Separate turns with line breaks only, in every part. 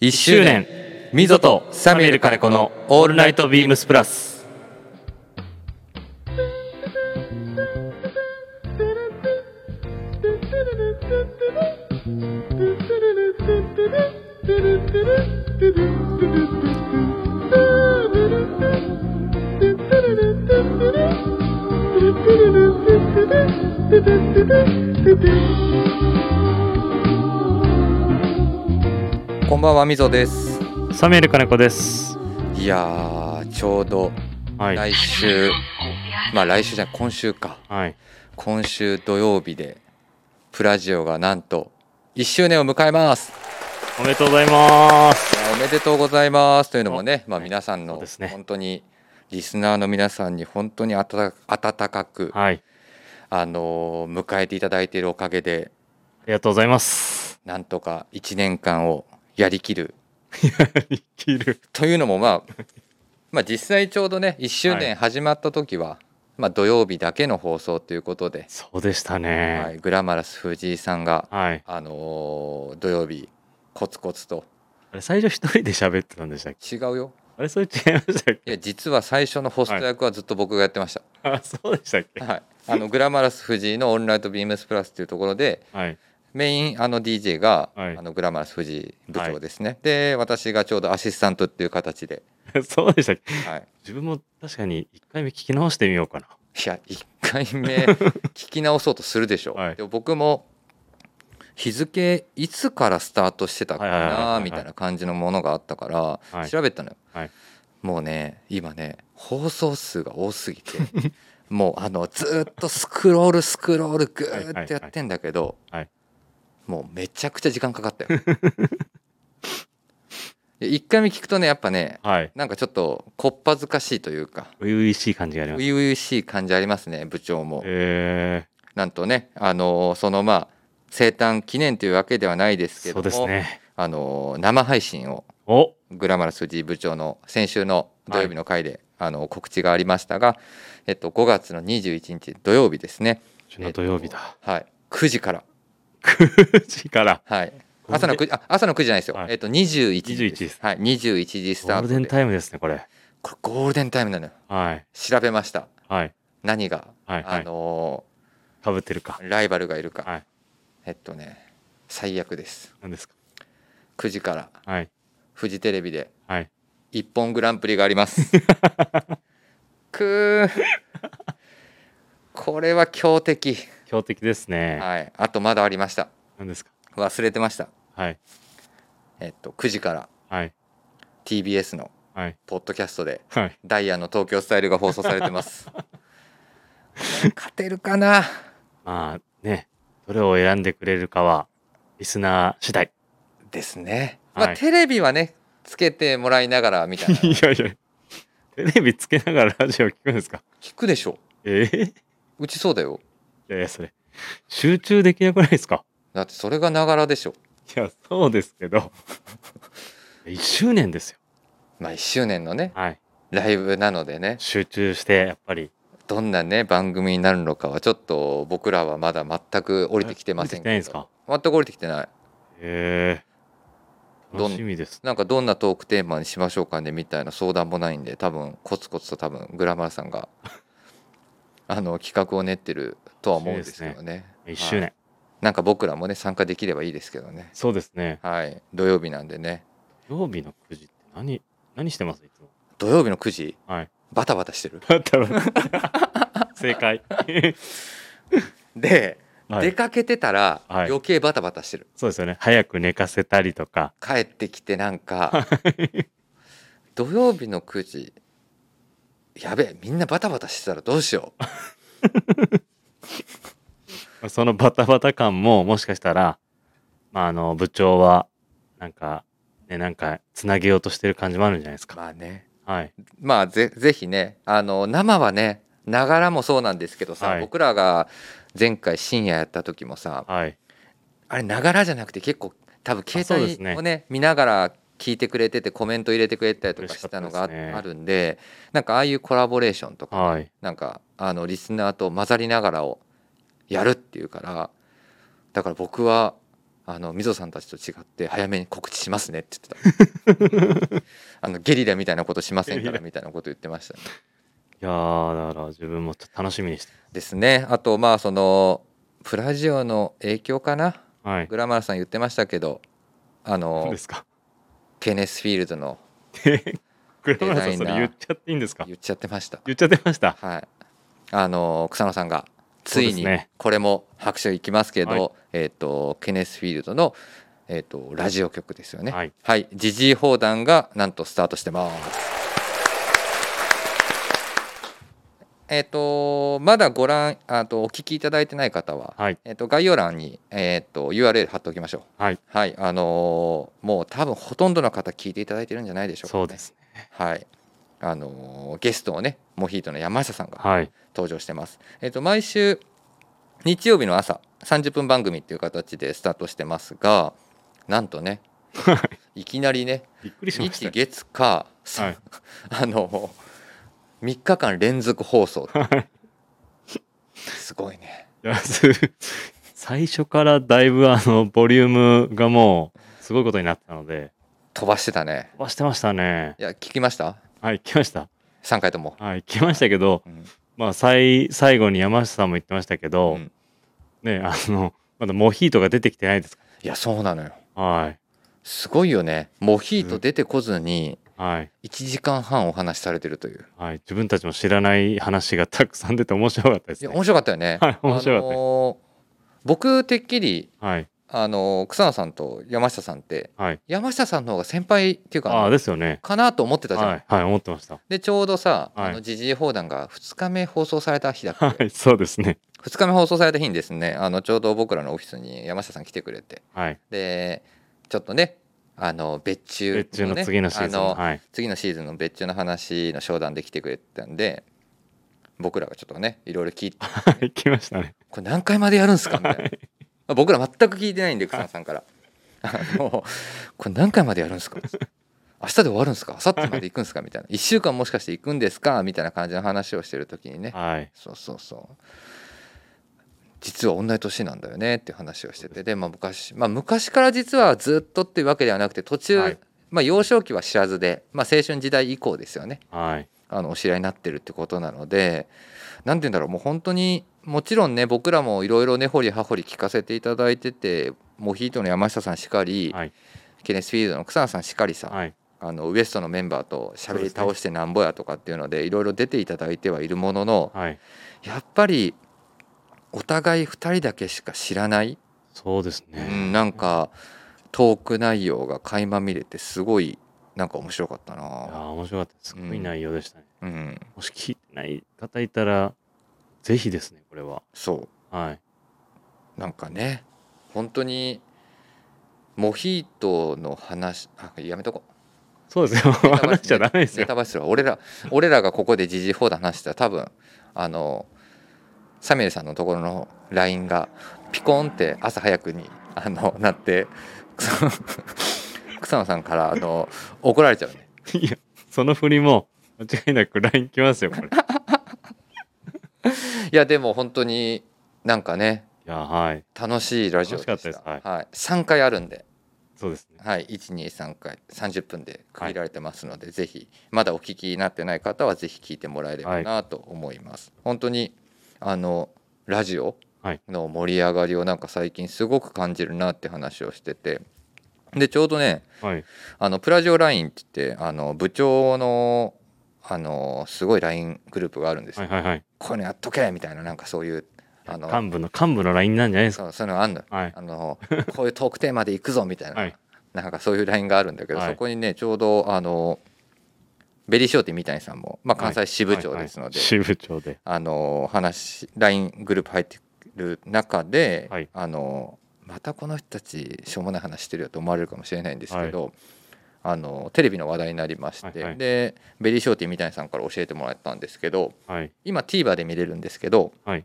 1周年ミゾとサミュエル金子の「オールナイトビームスプラス」こんばんはみぞです
サミュエル金子です。
いやーちょうど
はい。
来週、まあ来週じゃない今週か
はい。
今週土曜日でプラジオがなんと1周年を迎えます
おめでとうございます。
いやおめでとうございますというのもね、まあ、皆さん
そう
の
ですね
本当にリスナーの皆さんに本当に温か温かく、
はい。
あのー迎えていただいているおかげで
ありがとうございます。
なんとか1年間をやりきる
生きる。
というのも、まあ、まあ実際ちょうどね1周
はい
年始まった時は、まあ、土曜日だけの放送ということで、
そうでした
は
ね。
い、グラマラス藤井さんが、
はい。
あのー土曜日コツコツと
あれ最初一人で喋ってたんでしたっけ
違うよ
あれそれ違いましたっ
い
け
や実は最初のホスト役はずっと僕がやってました。
あ、そうでしたっけ
はい、あのグラマラス藤井の「オンライトビームスプラス」っていうところで
はい。
メインあの DJ が、
はい
あのグラマラス藤井部長ですね、で私がちょうどアシスタントっていう形で、
そうでしたっけ
はい、
自分も確かに一回目聞き直してみようかな。
いや1回 目聞き直そうとするでしょう、
はい
で僕も日付いつからスタートしてたか
はいはいはいはい
な
はい
みたいな感じのものがあったから、
はい
調べたのよ、
はい
もうね今ね放送数が多すぎて もうあのずーっとスクロールスクロールぐーってやってんだけど、
はいはいはい
もうめちゃくちゃ時間かかった よ1回目聞くとねやっぱね
はい。
なんかちょっとこっぱずかしいというか
初々しい感じがあります。
初々しい感じありますね部長も。
え
なんとね、あのーそのまあ生誕記念というわけではないですけ
ー、
ど
そう
も、
ですね。
あのー生配信を
お
グラマラス藤井部長の先週の土曜日の回で、あの告知がありましたが、えっと、5月の21日土曜日ですね、
今日の土曜日だ。
はい、9時から、
9時から。
はい、
ゴールデ
朝の9
ン
時あ朝の9時じゃないですよ、
はい
えっと、21時
21です
はい、21時ス
ゴ
タ
ー
ー
ル
ト
デン
で
タイムですね、これ。
これゴールデンタイムなのよ
はい。
調べました
はい。
何が、
はいはい
あの
かぶってるか。
ーライバルがいるか、
はい
えっとね最悪です
何ですか
9時から
はい。
フジテレビで
はい。
一本グランプリがあり ます。くーこれは強敵。
強敵ですね。
はい。あとまだありました。
何ですか
忘れてました。
はい。
えっと9時から
はい。
TBS の
はい。
ポッドキャストで
はい。
ダイアンの東京スタイルが放送されて ます。これ勝てるかな。
まあね、どれを選んでくれるかは、リスナー次第。
ですね。まあ、
はい
テレビはねつけてもらいながらみたいな
いやいや、テレビつけながらラジオ聞くんですか
聞くでしょ。
ええいう
ちそうだよ。
やいや、それ、集中できなくないですか
だってそれがながらでしょ。
いや、そうですけ ど。1周年ですよ。
まあ1周年のね
はい。
ライブなのでね。
集中して、やっぱり。
どんなね番組になるのかはちょっと僕らはまだ全く降りてきてません
降りてきてない
け
んですか
ど全く降りてきてない
ええ
どん
楽しみです。
なんかどんなトークテーマにしましょうかねみたいな相談もないんで多分コツコツと多分グラマラさんが あの企画を練ってるとは思うんですけどね
1周年。
はいなんか僕らもね参加できればいいですけどね
そうですね。
はい土曜日なんでね
土曜日の9時って何、何してますいつも。
土曜日の9時
はい。
バタバタしてる
バタバタ 正解。
で、
はい
出かけてたら
はい
余計バタバタしてる、
そうですよね。早く寝かせたりとか。
帰ってきてなんか土曜日の9時やべえみんなバタバタしてたらどうしよ う
そのバタバタ感ももしかしたら、まあ、あの部長はなんかねなんかつなげようとしてる感じもあるんじゃないですか。
まあね
はい
まあぜぜひねあの生はねながらもそうなんですけどさ、
はい
僕らが前回深夜やった時もさ
はい
あれながらじゃなくて結構多分携
あそう
帯
ですね
をね見ながら聞いてくれててコメント入れてくれたりとかしたのがあ,、
嬉しかったですね
あるんでなんかああいうコラボレーションとか
はい。
なんかあのリスナーと混ざりながらをやるっていうからだから僕はあの溝さんたちと違って早めに告知しますねって言 ってたあのゲリラみたいなことしませんからみたいなこと言ってましたね。
いやーだから自分もちょっと楽しみにして
ですねあとまあそのプラジオの影響かな
はい
グラマラさん言ってましたけどあ
そう
の
です か
ケネスフィールドの
グラマラさん
デザ
それ
イナー
言っちゃっていいんですか
言っちゃってました
言っちゃってました
はいあの草野さんがつい
そう
に
ですね
これも拍手いきますけど、
はい
えっ、とケネスフィールドのえっ、とラジオ局ですよね
はい
はい、ジジイ砲弾がなんとスタートしてます。えっ、とまだご覧あとお聞きいただいてない方は、
はい
えっ、と概要欄にえっ、と URL 貼っておきましょう。
はい
はい、あのーもう多分ほとんどの方聞いていただいてるんじゃないでしょうか、ね。
そうですね
はい。あのーゲストをねモヒートの山下さんが
はい
登場してます。えっ、と毎週日曜日の朝30分番組っていう形でスタートしてますが、なんとね、いきなりね
びっくりしました
日
よ
月火、さ
はい
あの3日間連続放送
はい
すごいね
いやす 最初からだいぶあのボリュームがもうすごいことになってたので
飛ばしてたね
飛ばしてましたね
いや聞きました
はい来ました
3回とも、
はい来ましたけど
うん
まあ最最後に山下さんも言ってましたけど、
うん
ねあのまだモヒートが出てきてないですか
いやそうなのよ
らはい
すごいよねモヒート出てこずに
はい
1時間半お話しされてるという
はい自分たちも知らない話がたくさん出て面白かったで
い
す
や
ね
面白かったよね、
はい面白かった
あのー僕てっきり
はい
あのー草野さんと山下さんって
はい
山下さんの方が先輩っていう
ああ
か
ですよね
かなと思ってたじゃん、
はいはい思ってました
でちょうどさ、
はい
あの時事放談が2日目放送された日だっけ、
はいそうですね
2日目放送された日にですねあのちょうど僕らのオフィスに山下さん来てくれて
はい
でちょっとねあの別注
別注の
ね
次のシーズン
あの
はい
次のシーズンの別注の話の商談で来てくれてたんで僕らがちょっとねいろいろ聞いて
はい来ましたね
これ何回までやるんすかみたいな、
はい
まあ僕ら全く聞いてないんで草野さんからあのこれ何回までやるんですか明日で終わるんですか明後日まで行くんですかみたいな1週間もしかして行くんですかみたいな感じの話をしてる時にね
はい
そうそうそう実は同じ年なんだよねっていう話をしててで、まあ、昔、まあ、昔から実はずっとっていうわけではなくて途中、
はい
まあ、幼少期は知らずで、まあ、青春時代以降ですよね
はい
あのお知り合いになってるってことなので何て言うんだろうもう本当にもちろんね僕らもいろいろ根掘り葉掘り聞かせていただいててモヒートの山下さんしかり、
はい
ケネスフィールドの草野さんしかりさ、
はい
あのウエストのメンバーと喋り倒してなんぼやとかっていうのでいろいろ出ていただいてはいるものの、
はい
やっぱりお互い2人だけしか知らない、
そうです
う
ね
ん、なんかトーク内容が垣間見れてすごいなんか面白かった
いや
な。
面白かったですすごい内容でしたね
うん、
もし聞いてない方いたらぜひですねこれは
そう
はい
なんかね本当にモヒートの話あやめとこう
そうですよ
ネタバレ
話しちゃダメです
ネ
よ
タバレするわ俺ら俺らがここでジジイフォーダ話したら多分あのサミュエルさんのところの LINE がピコンって朝早くにあのなって草野草野さんからあの怒られちゃうね
いや、その振りも間違いなく LINE 来ます よ、これ。い
いやでも本当になんかね
や、はい。
楽しいラジオでした
楽しかったです
はい、3回あるんで
そうですね。
はい、123回30分で区切られてますので、ぜひまだお聞きになってない方はぜひ聞いてもらえればなと思います、本当にあのラジオ
はい
の盛り上がりをなんか最近すごく感じるなって話をしててでちょうどね
はい。
あのプラジオ LINE って言ってあの部長のあのすごい LINE グループがあるんですよ、
はいはいはい。
こういうのやっとけみたいななんかそういうあの
幹部の、幹部の LINE なんじゃないですか。
そうそういうのあんのよ
はい。
あのこういうトークテーマで行くぞみたいな、
はい
なんかそういうラインがあるんだけど、
はい
そこにねちょうどあのベリーショーティーみたいさんも、まあ、
はい
関西支部長ですので、
はいはい支部長で。
あの話 LINE グループ入ってる中で、
はい
あのまたこの人たちしょうもない話してるよと思われるかもしれないんですけど、あのテレビの話題になりまして、
はいはい
でベリーショーティーみたいさんから教えてもらったんですけど
はい。
今 TVer で見れるんですけど、
はい。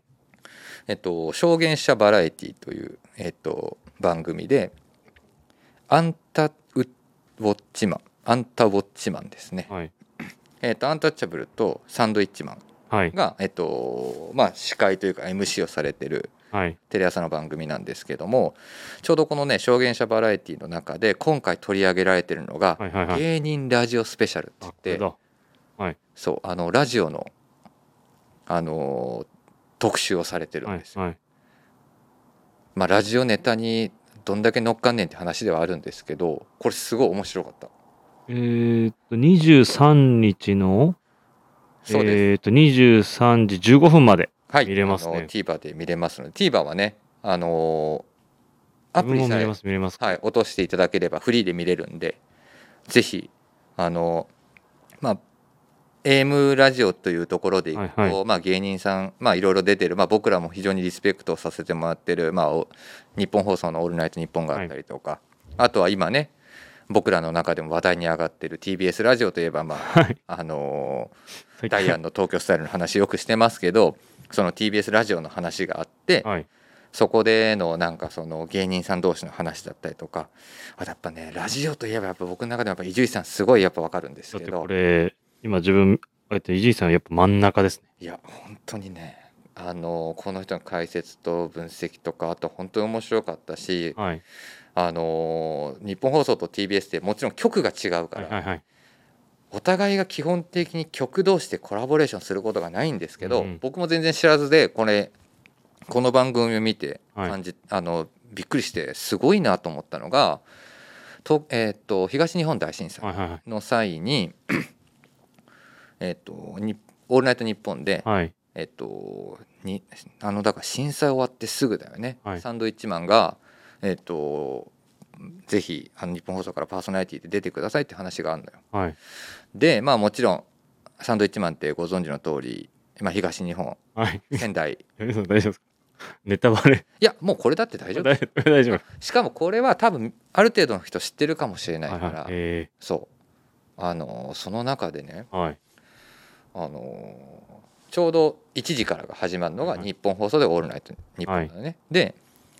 えっと、証言者バラエティという、えっと、番組でアンタウッウォッチマンアンタウォッチマンですね、
はい。
えっと、アンタッチャブルとサンドイッチマン
はい。
が、えっとまあ、司会というか MC をされてる
はい。
テレ朝の番組なんですけどもちょうどこのね証言者バラエティの中で今回取り上げられてるのが
はいはいはい。
芸人ラジオスペシャルって言
あ、
っ
これ
て
だ。はい。
そうあのラジオのあのー特集をされてる
は
ん
い
ですよ。
はい。
まあラジオネタにどんだけ乗っかんねんって話ではあるんですけどこれすごい面白かった。
えーっと、23日の、
そうです、
えーっと、23時15分まで。
はい、
見れますね
あの TVer で見れますので TVer はね、あのーアプリ
自分も見
さえ
れます、見れます。
はい、落としていただければフリーで見れるんでぜひあのまあ AM ラジオというところでいくと、
はいは
まあ、芸人さん、まあ、いろいろ出てる、まあ、僕らも非常にリスペクトさせてもらってる、まあ、お日本放送の「オールナイトニッポン」があったりとか、あとは今ね僕らの中でも話題に上がってる TBS ラジオといえば、まあ
はい。
あのー
最近
ダイアンの東京スタイルの話よくしてますけどその TBS ラジオの話があって、
はい。
そこでのなんかその芸人さん同士の話だったりとかあとやっぱねラジオといえばやっぱ僕の中でもやっぱ伊集院さんすごいやっぱわかるんです
だっ
け
てこ
ど
れ、今自分、えっと、伊集院さんはやっぱ真ん中ですね。
いや本当にねあのこの人の解説と分析とかあと本当に面白かったし
はい。
あの日本放送と TBS ってもちろん局が違うか
はい
ら、
はいはい。
お互いが基本的に曲同士でコラボレーションすることがないんですけど、
うん
僕も全然知らずでこれこの番組を見て
はい
感じ、あのびっくりしてすごいなと思ったのがと、えーっと東日本大震
は
災
いはいはい。
の際に 「えーっとにオールナイトニッポン」で、
はい。
えーっとにあのだから震災終わってすぐだよね、
はい
サンドイッチマンが、えーっとぜひあの日本放送からパーソナリティで出てくださいって話があるのよ。
はい。
でまあもちろんサンドイッチマンってご存知の通り、まあ、東日 本
はい。
仙台
大丈夫ですかネタバレ。
いやもうこれだって大丈夫
大大丈夫。
しかもこれは多分ある程度の人知ってるかもしれない
は
か
い
ら、
はい。え
そうあのその中でね
ーはい。
あのちょうど1時からが始まるのが
はいはい
日本放送で「オールナイト日本なのね、で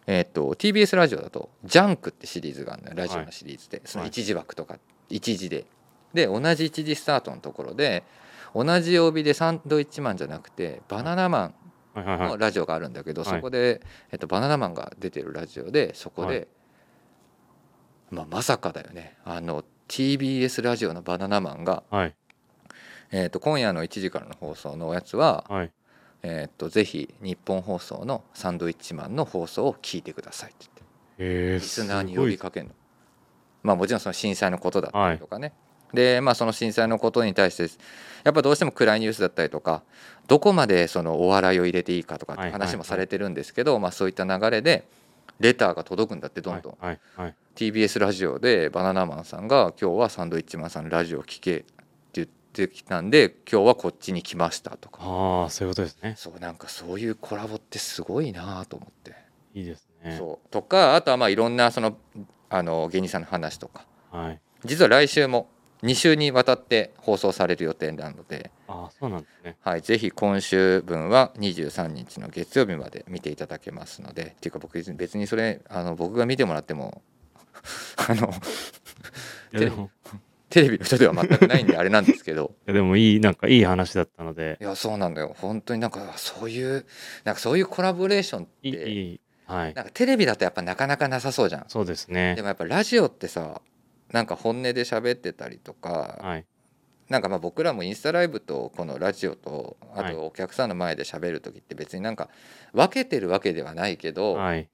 えーっと TBS ラジオだと「ジャンク」ってシリーズがあるのよラジオのシリーズで、その1時枠とか1時でで同じ1時スタートのところで同じ曜日でサンドイッチマンじゃなくてバナナマン
はいはいは
の
い。
ラジオがあるんだけど、
はい
そこで、えっと、バナナマンが出てるラジオでそこで、
はい
まあ、まさかだよねあの TBS ラジオのバナナマンが、
はい。
えっと、今夜の1時からの放送のやつは、
はい。
えっとぜひ日本放送のサンドイッチマンの放送を聞いてくださいって言って
え
リ
ー、
スナーに
すご
呼
い
びかけるの。まあ、もちろんその震災のことだったりとかね、で、まあ、その震災のことに対してやっぱどうしても暗いニュースだったりとかどこまでそのお笑いを入れていいかとかって
はいはい
話
は
も
い
されてるんですけど、まあ、そういった流れでレターが届くんだってどんどん、
はいはいはい。
TBS ラジオでバナナマンさんが「今日はサンドイッチマンさんのラジオ聞け」って言ってきたんで「今日はこっちに来ました」とか
ああ、そういうことですね。
そうなんかそういうコラボってすごいなと思って。
いいですね。
そうとかあとはまあいろんなそのあの芸人さんの話とか
はい。
実は来週も2週にわたって放送される予定なので、
ああ、そうなんですね。
はい、ぜひ今週分は23日の月曜日まで見ていただけますのでっていうか僕別にそれあの僕が見てもらっても あの
いやでも、
テレビの人では全くないんであれなんですけど
いやでもいい、なんかいい話だったので
い、やそうなんだよ本当になんかそういうなんかそういうコラボレーションっ
いい、
て
いいはい
な。んかテレビだとやっぱなかなかなさそうじゃん。
そうです
で
ね。
もやっぱラジオってさなんか本音で喋ってたりとか、
はい。
なんかまあ僕らもインスタライブとこのラジオとあ
はい
とお客さんの前で喋る時って別になんか分けてるわけではないけど、
はい。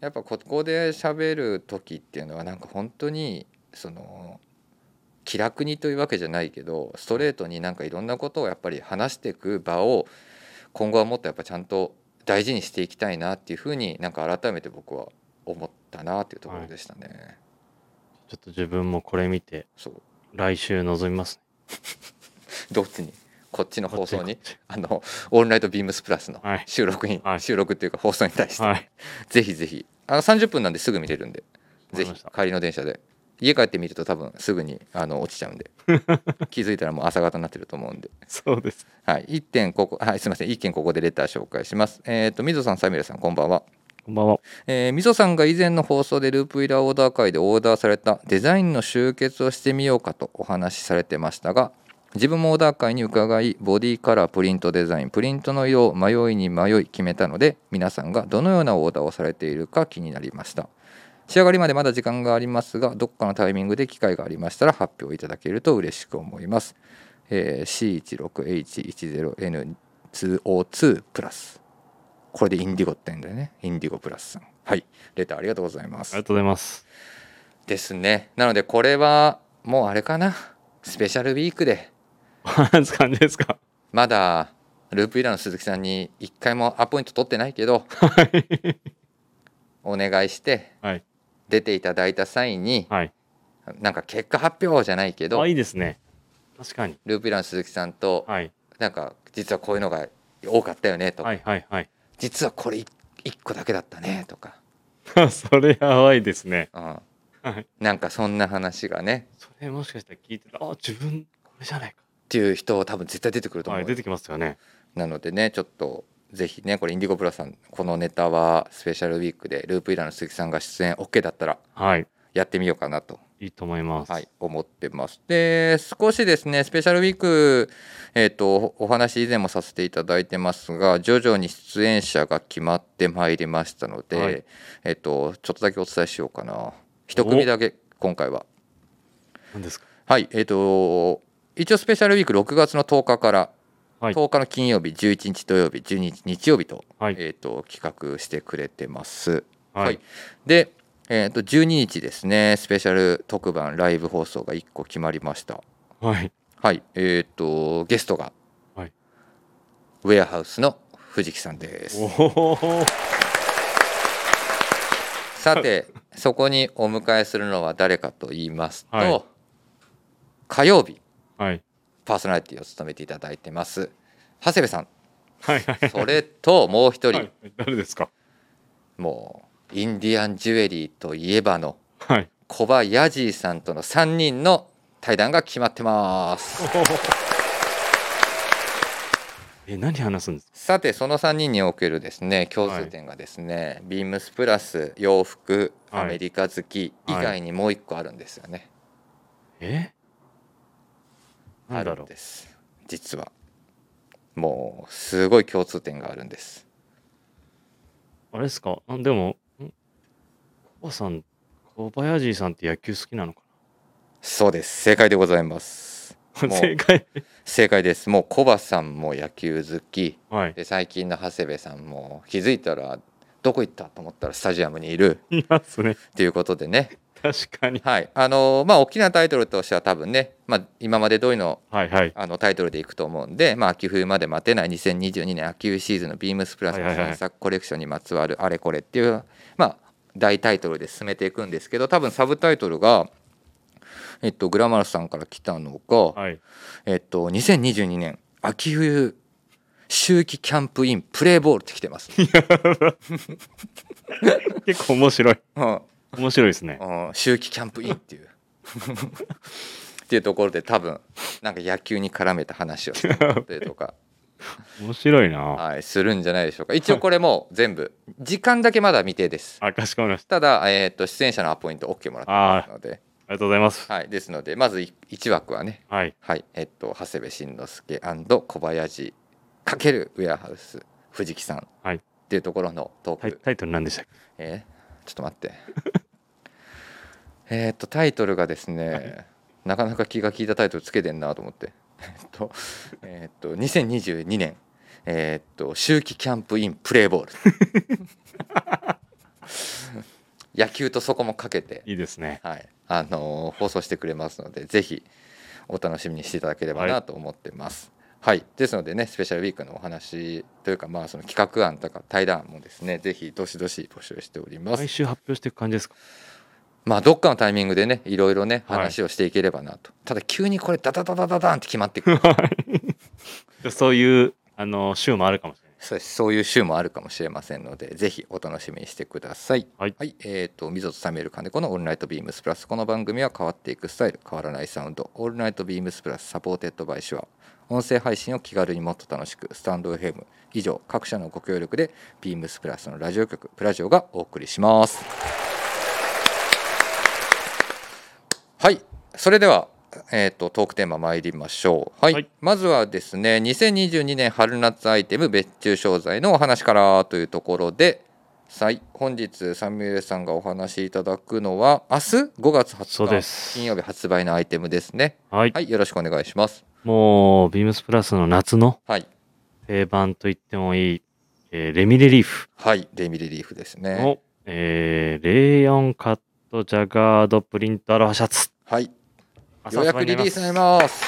やっぱここで喋る時っていうのはなんか本当にその気楽にというわけじゃないけどストレートになんかいろんなことをやっぱり話していく場を今後はもっとやっぱちゃんと大事にしていきたいなっていうふうになんか改めて僕は思ったなっていうところでしたね。
ちょっと自分もこれ見て、
そう
来週望みます、ね。
どっちにこっちの放送に
こっちこ
あのオールナイトビームスプラスの
はい
収録に、
はい
収録っていうか放送に対し、
ってちはい。
ぜひぜひあの30分なんですぐ見れるんで
わか
ぜ
り
ひ
ました
帰りの電車で家帰ってみると多分すぐにあの落ちちゃ うんで気づいたらもう朝方になってると思うんで、
そうです。
はい、一点ここはいすみません一件ここでレター紹介しますえっ、と水戸さんサミュエルさんこんばんは
こんばんは。
えー、みそさんが以前の放送でループイラーオーダー会でオーダーされたデザインの集結をしてみようかとお話しされてましたが自分もオーダー会に伺いボディカラープリントデザインプリントの色を迷いに迷い決めたので皆さんがどのようなオーダーをされているか気になりました仕上がりまでまだ時間がありますがどっかのタイミングで機会がありましたら発表いただけると嬉しく思います、えー C16H10N2O2 プラスこれでインディゴってんだよねインディゴプラスさんはいレターありがとうございま
あ
す
りがとうございます。
ですねなのでこれはもうあれかなスペシャルウィークで
あんな感じですか。
まだループイラーの鈴木さんに一回もアポイント取ってないけどお願いして
はい。
出ていただいた際に
はい。
なんか結果発表じゃないけど
あ、いいですね。確かに。
ループイラーの鈴木さんと
はい。
なんか実はこういうのが多かったよねとか
はいはいはい。
実はこれ1個だけだったねとか、
それやばいですね。
うん
はい。
なんかそんな話がね
それもしかしたら聞いてた。あ、自分、これじゃない
っていう人多分絶対出てくると
か。
思う
はい。
よ
出てきますよね。
なのでねちょっとぜひねこれインディゴプラさんこのネタはスペシャルウィークでループイラーの鈴木さんが出演 OK だったら
はい。
やってみようかなと、
いいと思います。
はい、思ってますで少しですねスペシャルウィーク、えー、とお話以前もさせていただいてますが徐々に出演者が決まってまいりましたので、
はい
えっ、とちょっとだけお伝えしようかな一組だけ今回は
何ですか。
はいえっ、と一応スペシャルウィーク6月の10日から
はい
10日の金曜日11日土曜日12日日曜日と,、
はい
えー、と企画してくれてます。
は
はいい。で、えー、と12日ですねスペシャル特番ライブ放送が1個決まりました。
はい。
はいえっ、とゲストが、
はい
ウェアハウスの藤木さんです。
おお。
さて そこにお迎えするのは誰かと言いますと、
はい
火曜日
はい。
パーソナリティを務めていただいてます長谷部 さん
はいはいはい。
それともう一人、
はい。誰ですか。
もうインディアンジュエリーといえばの
はい。
コバヤジーさんとの3人の対談が決まってます
え、何話すんですか。
さてその3人におけるですね共通点がですね、ビームスプラス洋服
はい
アメリカ好き以外にもう1個あるんですよね、
え。なんだ
ある
ろ
ん
う
で。す実はもうすごい共通点があるんです
あれですか。あ、でも。んおばさん。小林さんって野球好きなのか
そうです正解でございます
な。
もう
正解。
正解ですもうコバさんも野球好き
はい。
で最近の長谷部さんも気づいたらどこ行ったと思ったらスタジアムにいる
いますね。
っていうことでね、
確かに。
はいあのまあ、大きなタイトルとしては多分ね、まあ、今まで通りの
はいはい。
あのタイトルでいくと思うんで、まあ、秋冬まで待てない2022年秋冬シーズンのビームスプラスの
はいはいはい
新作コレクションにまつわるあれこれっていう、まあ、大タイトルで進めていくんですけど多分サブタイトルが、えっと、グラマラスさんから来たのが、
はい。
えっと、2022年秋冬秋季キャンプインプレーボールって来て ます。
結構面白い。
うん
面白いですね。
うん秋季キャンプインっていう っていうところで多分なんか野球に絡めた話をしたりとか、
面白いな。
はい、するんじゃないでしょうか一応これもう全部時間だけまだ未定です
あ、かしこまりました。
ただ、えー、と出演者のアポイント OK もらってますので、
ありがとうございます。
はい、ですのでまず1枠はね
はい。
はいえっと長谷部慎之介小林×ウェアハウス藤木さんっ
はい。
ていうところのトーク、
タイタイトル何でしたっけ。
えーちょっと待って えーっとタイトルがですねなかなか気が利いたタイトルつけてんなと思って えーっと,、えーっと2022年えーっと秋季キャンプインプレーボール野球とそこもかけて、
いいですね。
はいあのー放送してくれますのでぜひお楽しみにしていただければ
は
ないと思ってます。はい、ですのでねスペシャルウィークのお話というか、まあ、その企画案とか対談もですねぜひどしどし募集しております
毎。週発表していく感じですか。
まあどっかのタイミングでねいろいろね
はい
話をしていければなと、ただ急にこれダダダダダダンって決まってく る
でそういうあの週もあるかもしれない。
そうですそういう週もあるかもしれませんのでぜひお楽しみにしてください
はい
えー、と溝とサミュエル金子の「オールナイトビームスプラス」この番組は変わっていくスタイル変わらないサウンド「オールナイトビームスプラスサポーテッドバイシュア」音声配信を気軽にもっと楽しくスタンド FM 以上各社のご協力でビームスプラスのラジオ局プラジオがお送りしますはいそれではえー、とトークテーマ参りましょう、はい
はい
まずはですね2022年春夏アイテム別注商材のお話からというところで、はい、本日サミュエルさんがお話しいただくのは明日5月
そうで
20日
す
金曜日発売のアイテムですね
はい、
はいよろしくお願いします
もうビームスプラスの夏の
はい
定番と言ってもいい、えーレミレリーフ
はいレミリリーフですね
の、えーレイヨンカットジャガードプリントアロハシャツ
はいようやくリリースされます。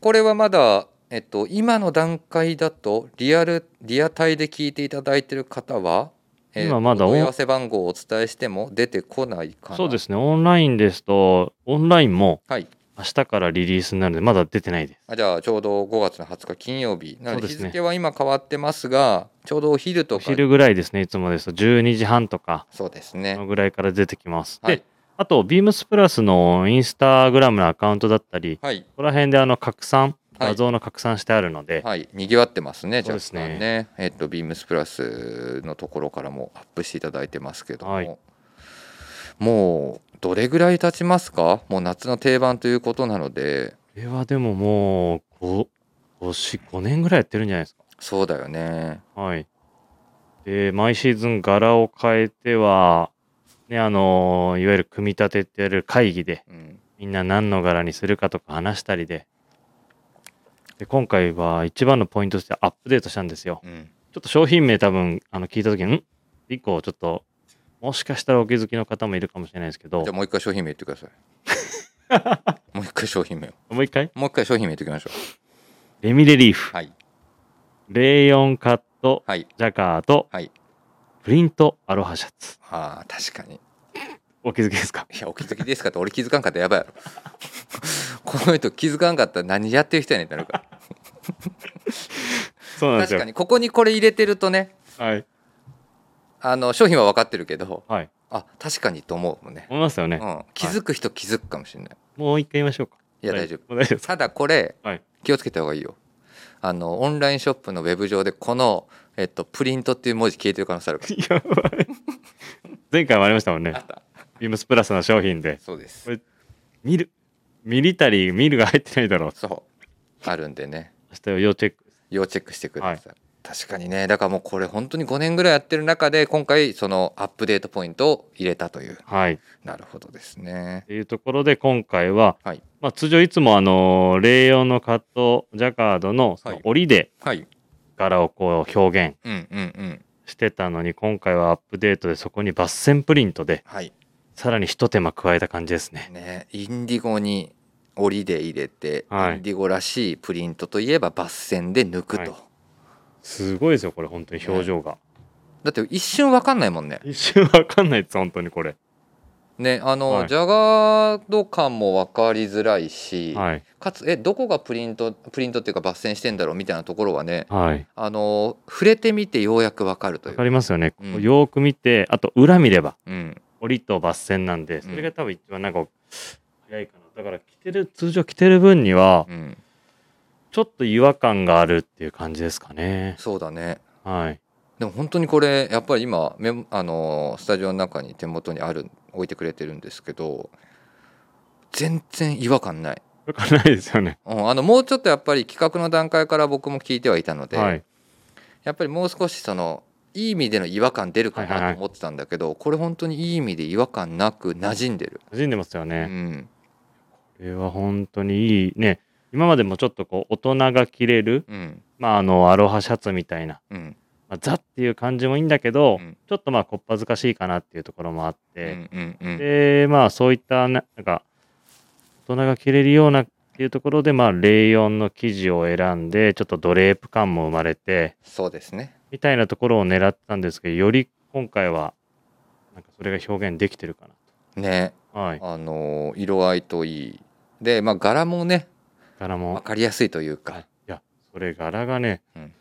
これはまだ、えっと、今の段階だとリアルリアタイで聞いていただいている方は、えっと
今まだ
お問い合わせ番号をお伝えしても出てこないかな
そうですねオンラインですとオンラインも
はい
明日からリリースになるのでまだ出てないです
あじゃあちょうど5月の20日金曜日なので
そうで
日
すね
付は今変わってますがちょうどお昼と
お
か
昼ぐらいですねいつもですと12時半とか
そうです
この
ね
ぐらいから出てきます、
はい
であとビームスプラスのインスタグラムのアカウントだったり
はい
ここら辺であの拡散
はい
画像の拡散してあるので、
はい賑わってますね
そ
若
うです
干
ね
ねえっとビームスプラスのところからもアップしていただいてますけども、
はい
もうどれぐらい経ちますかもう夏の定番ということなので
これはでももう 5, 5年ぐらいやってるんじゃないですか
そうだよね
はい。で、毎シーズン柄を変えては、ね、あのー、いわゆる組み立てってやる会議で、
うん
みんな何の柄にするかとか話したりで、で、今回は一番のポイントとしてアップデートしたんですよ。
うん
ちょっと商品名多分、あの、聞いたときに、ん以降ちょっと、もしかしたらお気づきの方もいるかもしれないですけど
じゃあ、もう一回商品名言ってく ださいもう一回商品名を
もう一回
もう一回商品名言っておきましょ
レミレリー
う
フ、
はい
レイヨンカット、
はい
ジャカーと、
はい
プリントアロハシャツ。
あー確かに
お気づきですか
いやお気づきですかって俺気づかんかったらやばいやろ この人気づかんかったら何やってる人やねんってなるから
そうなんです
確
よ。
かにここにこれ入れてるとね
はい。
あの商品は分かってるけど
はい。
あ確かにと思うもんね、
思いますよね。
うん、気づく人気づくかもしれない、
もう一回言いましょうか。
い、や大丈夫
夫。大丈夫です。
ただこれ、
はい
気をつけた方がいいよあのオンラインショップのウェブ上でこの、えっと、プリントっていう文字消えてる可能性あるから
やばい。前回もありましたもん
あ
ね
っ。た
ビームスプラスの商品で。
そうです
これミル、ミリタリー、ミルが入ってないだろう。
そうあるんでね
明日要チェック。
要チェックしてください、確かにねだからもうこれ本当に5年ぐらいやってる中で今回そのアップデートポイントを入れたという
はい。っ
なるほどですね
ていうところで今回は、
はい
まあ通常いつもあの、レイヨンのカット、ジャカードのそ
は
の
い
折で
はい
柄をこう表現
うんうんうん
してたのに、今回はアップデートでそこに抜線プリントで、
はい
さらに一手間加えた感じですね。
ねインディゴに折で入れて、
はい
インディゴらしいプリントといえば抜線で抜くと、
はいすごいですよ、これ本当に表情が。
だって一瞬分かんないもんね
一瞬わかんないです、本当にこれ。
ねあの、
はい
ジャガード感も分かりづらいし、
はい。
かつえどこがプリントプリントっていうか抜線してんだろうみたいなところはね
はい。
あの触れてみてようやく分かるとい
わ
う
かりますよね。こ
うん
うよーく見て、あと裏見れば、
うん、
折りと抜線なんで、
ん
それが多分一番なんか、早いかな。だから着てる、通常着てる分には
う、ん、
ちょっと違和感があるっていう感じですかね。
そうだね
はい。
でも本当にこれやっぱり今メモあのスタジオの中に手元にある置いてくれてるんですけど全然違和感ない、
わかんないですよね。
うん、あのもうちょっとやっぱり企画の段階から僕も聞いてはいたので、
はい。
やっぱりもう少しそのいい意味での違和感出るか
はいはいは
ないと思ってたんだけど、これ本当にいい意味で違和感なく馴染んでる、
馴染んでますよ
う
ね。
ん
これは本当にいい。ね。今までもちょっとこう、大人が着れる、
うん
まあ、あの、アロハシャツみたいな、
うん
まあ、ザっていう感じもいいんだけど、
うん
ちょっとまあ、こっぱずかしいかなっていうところもあっ
う
て、
んうんうん
でまあそういったななんか大人が着れるようなっていうところでまあレイヨンの生地を選んでちょっとドレープ感も生まれて
そうですね
みたいなところを狙ったんですけどより今回はなんかそれが表現できてるか
ね
なはい
あの色合いといいでまあ柄もね
柄
分
も
かりやすいという
は
か
い、いやそれ柄がね、
うん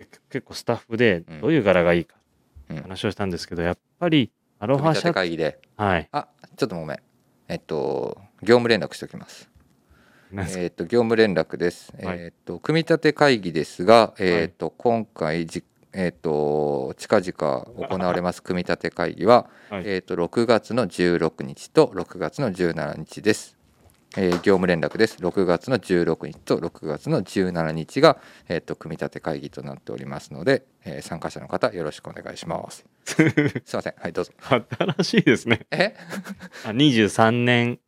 け結構スタッフで
うん
どういう柄がいいか
うん
話をしたんですけどやっぱりアロ
組み
ハ
立
シ
て
ャツ
会議で
はい
あちょっとごめんえっと業務連絡しておきます
なんですか
えっと業務連絡です、
はい
えっと組み立て会議ですがえっと今回じえっ、と近々行われます組 み立て会議は、
はい
えっ、と6月の16日と6月の17日です。えー業務連絡です。6月の16日と6月の17日がえっ、と組み立て会議となっておりますので、えー参加者の方よろしくお願いし ます。すいません。はいどうぞ。
新しいですね。
え？
あ23年、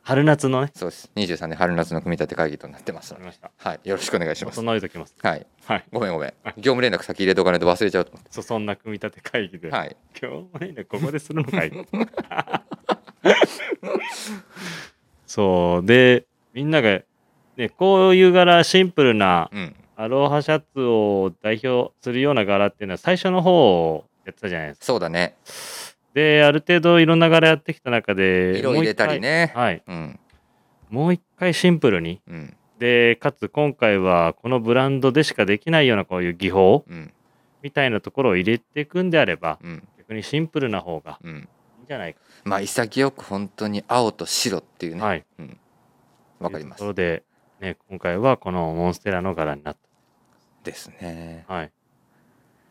春夏のね、
そうです。23年春夏の組み立て会議となってます
わ
の
か
で
り、ました。
はいよろしくお願いします。
整えときます。
はい。
はい。
ごめんごめん。業務連絡先入れとかないと忘れちゃうと思っ
そそんな組み立て会議
て。
で、
はい。
今日ねここでするの かい そうでみんなが、ね、こういう柄シンプルな
うん。
アロハシャツを代表するような柄っていうのは最初の方をやってたじゃないですか
そうだね。
である程度いろんな柄やってきた中で
色入れたりね。
もう一回はい
うん。
もう一回シンプルに
うん。
でかつ今回はこのブランドでしかできないようなこういう技法
うん。
みたいなところを入れていくんであれば
うん。
逆にシンプルな方が
うん。
いいんじゃないか、
まあ、潔く本当に青と白っていうね。
はい
わかります
というところ。で、ね、今回はこのモンステラの柄になっ
ですね。
た。はい。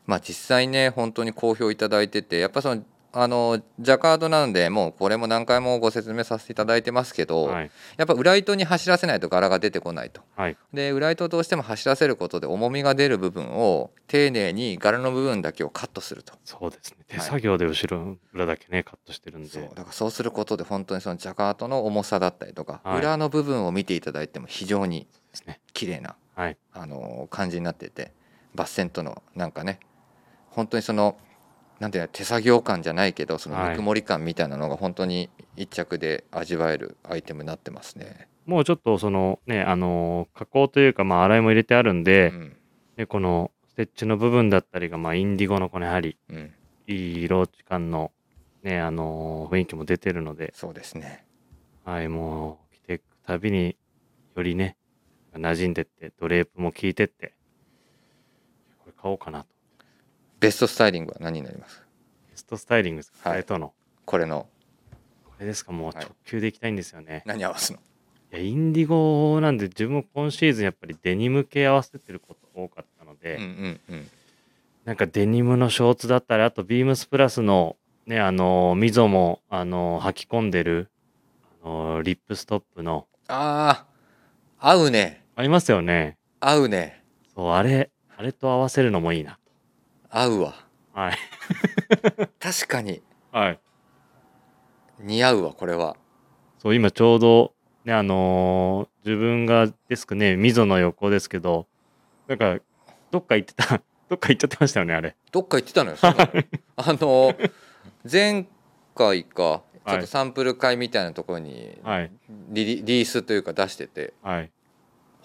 まあ、実際ね、本当に好評いただいてて、やっぱその、あのジャカードなのでもうこれも何回もご説明させていただいてますけど、
はい。
やっぱ裏糸に走らせないと柄が出てこないと、
はい
で裏糸をどうしても走らせることで重みが出る部分を丁寧に柄の部分だけをカットすると
そうですね。手
はい
作業で後ろ、裏だけね、カットしてるんで。
そうだからそうすることで本当にそのジャカートの重さだったりとか、
はい
裏の部分を見ていただいても非常に
ですね。
綺麗な、
はい
あのー感じになっててバッセンとのなんかね本当にそのなんていうの手作業感じゃないけどその
はい
ぬくもり感みたいなのが本当に一着で味わえるアイテムになってますね。
もうちょっとそのね、あのー加工というか、まあ、洗いも入れてあるんで、
うん
で、このステッチの部分だったりが、まあ、インディゴのこのやはり、
うん、
いい色感の、ね、あのー雰囲気も出てるので、
そうですね
はい、もう、着ていくたびに、よりね、馴染んでって、ドレープも効いてって、これ買おうかなと。
ベストスタイリングは何になります
ベストスタイリングですか、
はい
それとの。
これの
これですかもう
はい
直球でいきたいんですよね、
何合わすの
い、やインディゴなんで自分も今シーズンやっぱりデニム系合わせてること多かったので、
うんうんうん
なんかデニムのショーツだったりあとビームスプラスのねあの溝もあの履き込んでるあのリップストップの
あー合うね
ありますよね
合うね
そうあれあれと合わせるのもいいな
合うわ
はい
確かに
はい
似合うわこれは
そう今ちょうどねあのー自分がデスクね溝の横ですけどなんかどっか行ってた どっか行っちゃってましたよねあれ
どっか行ってたのよそんなのあの前回かちょっとサンプル会みたいなところに
はい
リリリリースというか出してて
はい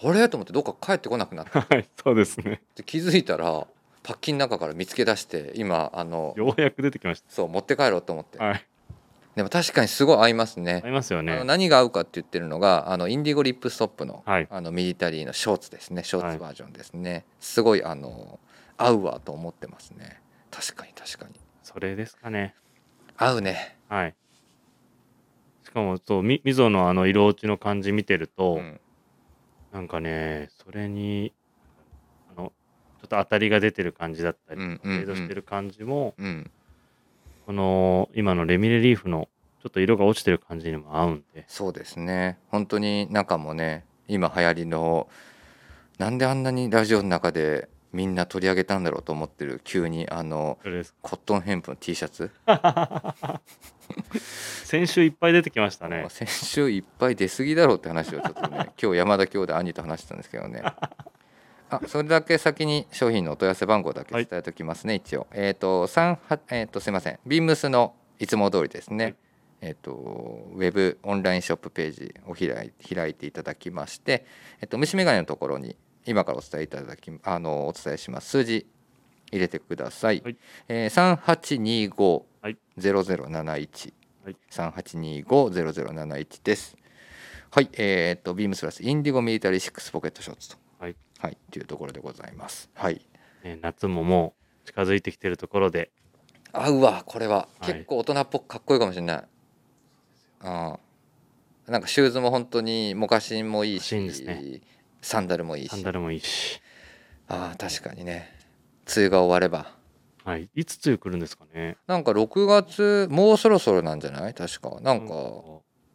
あれと思ってどっか帰ってこなくなったっ
はい、 そうですね。
て気づいたらパッキンの中から見つけ出して今あの
ようやく出てきまし
そう持って帰ろうと思って
た。はい。
でも確かにすごい合いますね
ありますよ
あの
ね。
何が合うかって言ってるのがあのインディゴリップストップの,、
はい
あのミリタリーのショーツですねショー
は
ツ
い
バージョンですね、すごいあの合うわと思ってますね確かに確かに
それですかね。
合うね
はい。しかも、そう、み、溝のあの色落ちの感じ見てると、
うん
なんかね、それに。あの、ちょっと当たりが出てる感じだったり、
うん
フ
うんうん
ェードしてる感じも、
うん
この今のレミレリーフの。ちょっと色が落ちてる感じにも合うんで。
そうですね本当に中もね今流行りのなんであんなにラジオの中でみんな取り上げたんだろうと思ってる急にあの
それです。
コットンヘンプの T シャツ、
先週いっぱい出てきましたね。
先週いっぱい出過ぎだろうって話をちょっとね 今日山田兄弟兄と話してたんですけどねあそれだけ先に商品のお問い合わせ番号だけ伝えておきますね、一応えっ、と三八えっ、とすいませんビームスのいつも通りですね、
はい
えっ、とウェブオンラインショップページを開い開いていただきましてえっ、と虫眼鏡のところに今からお伝えいただきあのお伝えします数字入れてください、
はい
えー、三八二五
はい
ゼロゼロ七一
はい
三八二五ゼロゼロ七一です。はい、えっ、とビームスプラスインディゴミリタリーシックスポケットショーツと
はい。
はいというところでございます。はい、
ね、夏ももう近づいてきてるところで。
合うわこれは、
はい
結構大人っぽくかっこいいかもしれない。ああ、なんかシューズも本当にモカシンもいい
モ
し、
カシンです
サンダルもいい
サン
し、
ダルもいいし。
ああ確かにね。梅雨が終われば
はい。いつ梅雨来るんですかね。
なんか6月もうそろそろなんじゃない確かなんか、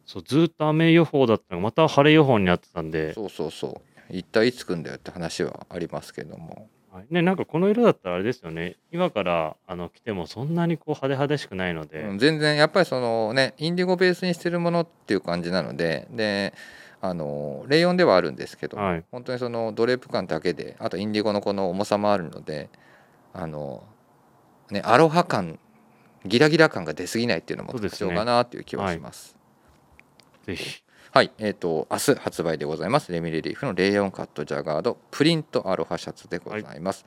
そう、ずっと雨予報だったのが、また晴れ予報になってたんで、
そうそうそう一体いつ来んだよって話はありますけども
はい、ね、なんかこの色だったらあれですよね。今から、あの、来てもそんなにこう派手派手しくないので、
全然やっぱりそのねインディゴベースにしてるものっていう感じなのでであのレイヨンではあるんですけど、
はい。
本当にそのドレープ感だけであとインディゴのこの重さもあるのであのねアロハ感ギラギラ感が出すぎないっていうのも
そうで
特
す
徴
ね
かなっていう気はします。
ぜひ。
はい、えっ、と明日発売でございますレミレリーフのレイヨンカットジャガードプリントアロハシャツでございます。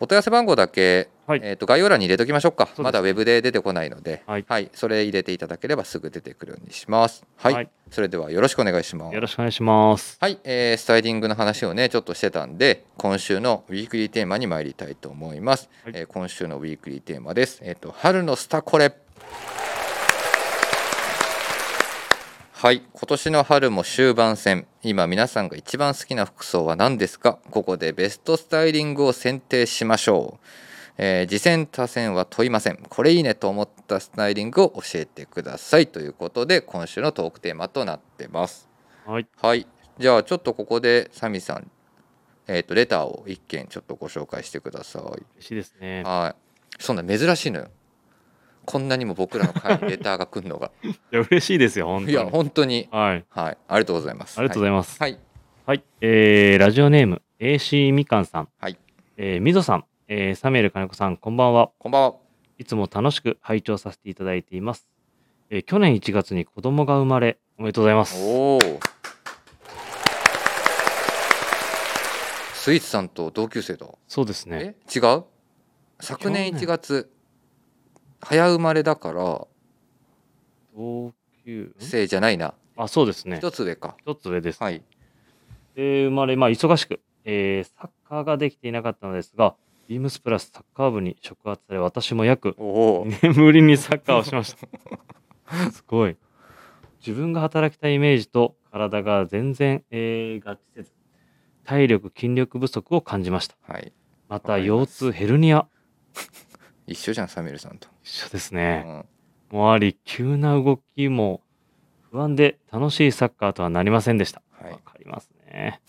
お問い合わせ番号だけ、
はい
えっ、と概要欄に入れときましょうか。
すね
まだウェブで出てこないので、
はい
それ入れていただければすぐ出てくるようにします。はい、
はい
それではよろしくお願いします
よ。ろしくお願いします。
はい、えースタイリングの話をねちょっとしてたんで今週のウィークリーテーマに参りたいと思います、
はい
えー今週のウィークリーテーマですえっ、と春のスタコレはい今年の春も終盤戦今皆さんが一番好きな服装は何ですかここでベストスタイリングを選定しましょうえー次戦他戦は問いませんこれいいねと思ったスタイリングを教えてくださいということで今週のトークテーマとなってます
はい。
はい。じゃあちょっとここでサミさん、えっ、とレターを一件ちょっとご紹介してください。
嬉しいですね。
はい。そんな珍しいのよ。こんなにも僕らの会にレターが来るのが。
いや、嬉しいですよ、 本当
い
に。
や本当に。
はい。
はい。ありがとうございます。
ありがとうございます。
はい。
はい、えーラジオネーム AC みかんさん、
はい。
えー、みぞさん、えーサミュエル金子さんこんばんは
こんばんは。
いつも楽しく拝聴させていただいています、えー去年1月に子供が生まれおめでとうございます
おお。スイーツさんと同級生だ。
そうですね
え？違う？昨年1月早生まれだから
同級ん
生じゃないな。
あそうですね
一つ上か。
一つ上です、
はい。
で生まれまあ忙しく、えーサッカーができていなかったのですがビームスプラスサッカー部に触発され私も約
おお。
2年ぶりにサッカーをしましたすごい自分が働きたいイメージと体が全然、えー合致せず体力筋力不足を感じました
はい。
ま
わ
た
かりま
腰
す
痛ヘルニア
一緒じゃんサミュエルさんと、
一緒です
う
ね、
ん、
もあり急な動きも不安で楽しいサッカーとはなりませんでした
は
わ、
い
かりますね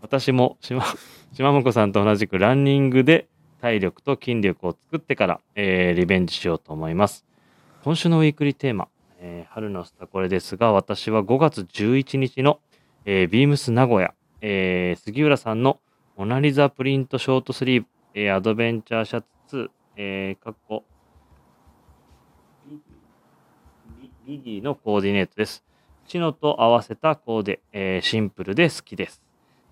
私も島 島もこさんと同じくランニングで体力と筋力を作ってから、えーリベンジしようと思います今週のウィークリーテーマ、えー春のスタコレですが私は5月11日の、えービームス名古屋、えー杉浦さんのモナリザプリントショートスリーブ、えーアドベンチャーシャツ2、えー、かっこリリリギーのコーディネートですチノと合わせたコーデ、えーシンプルで好きです。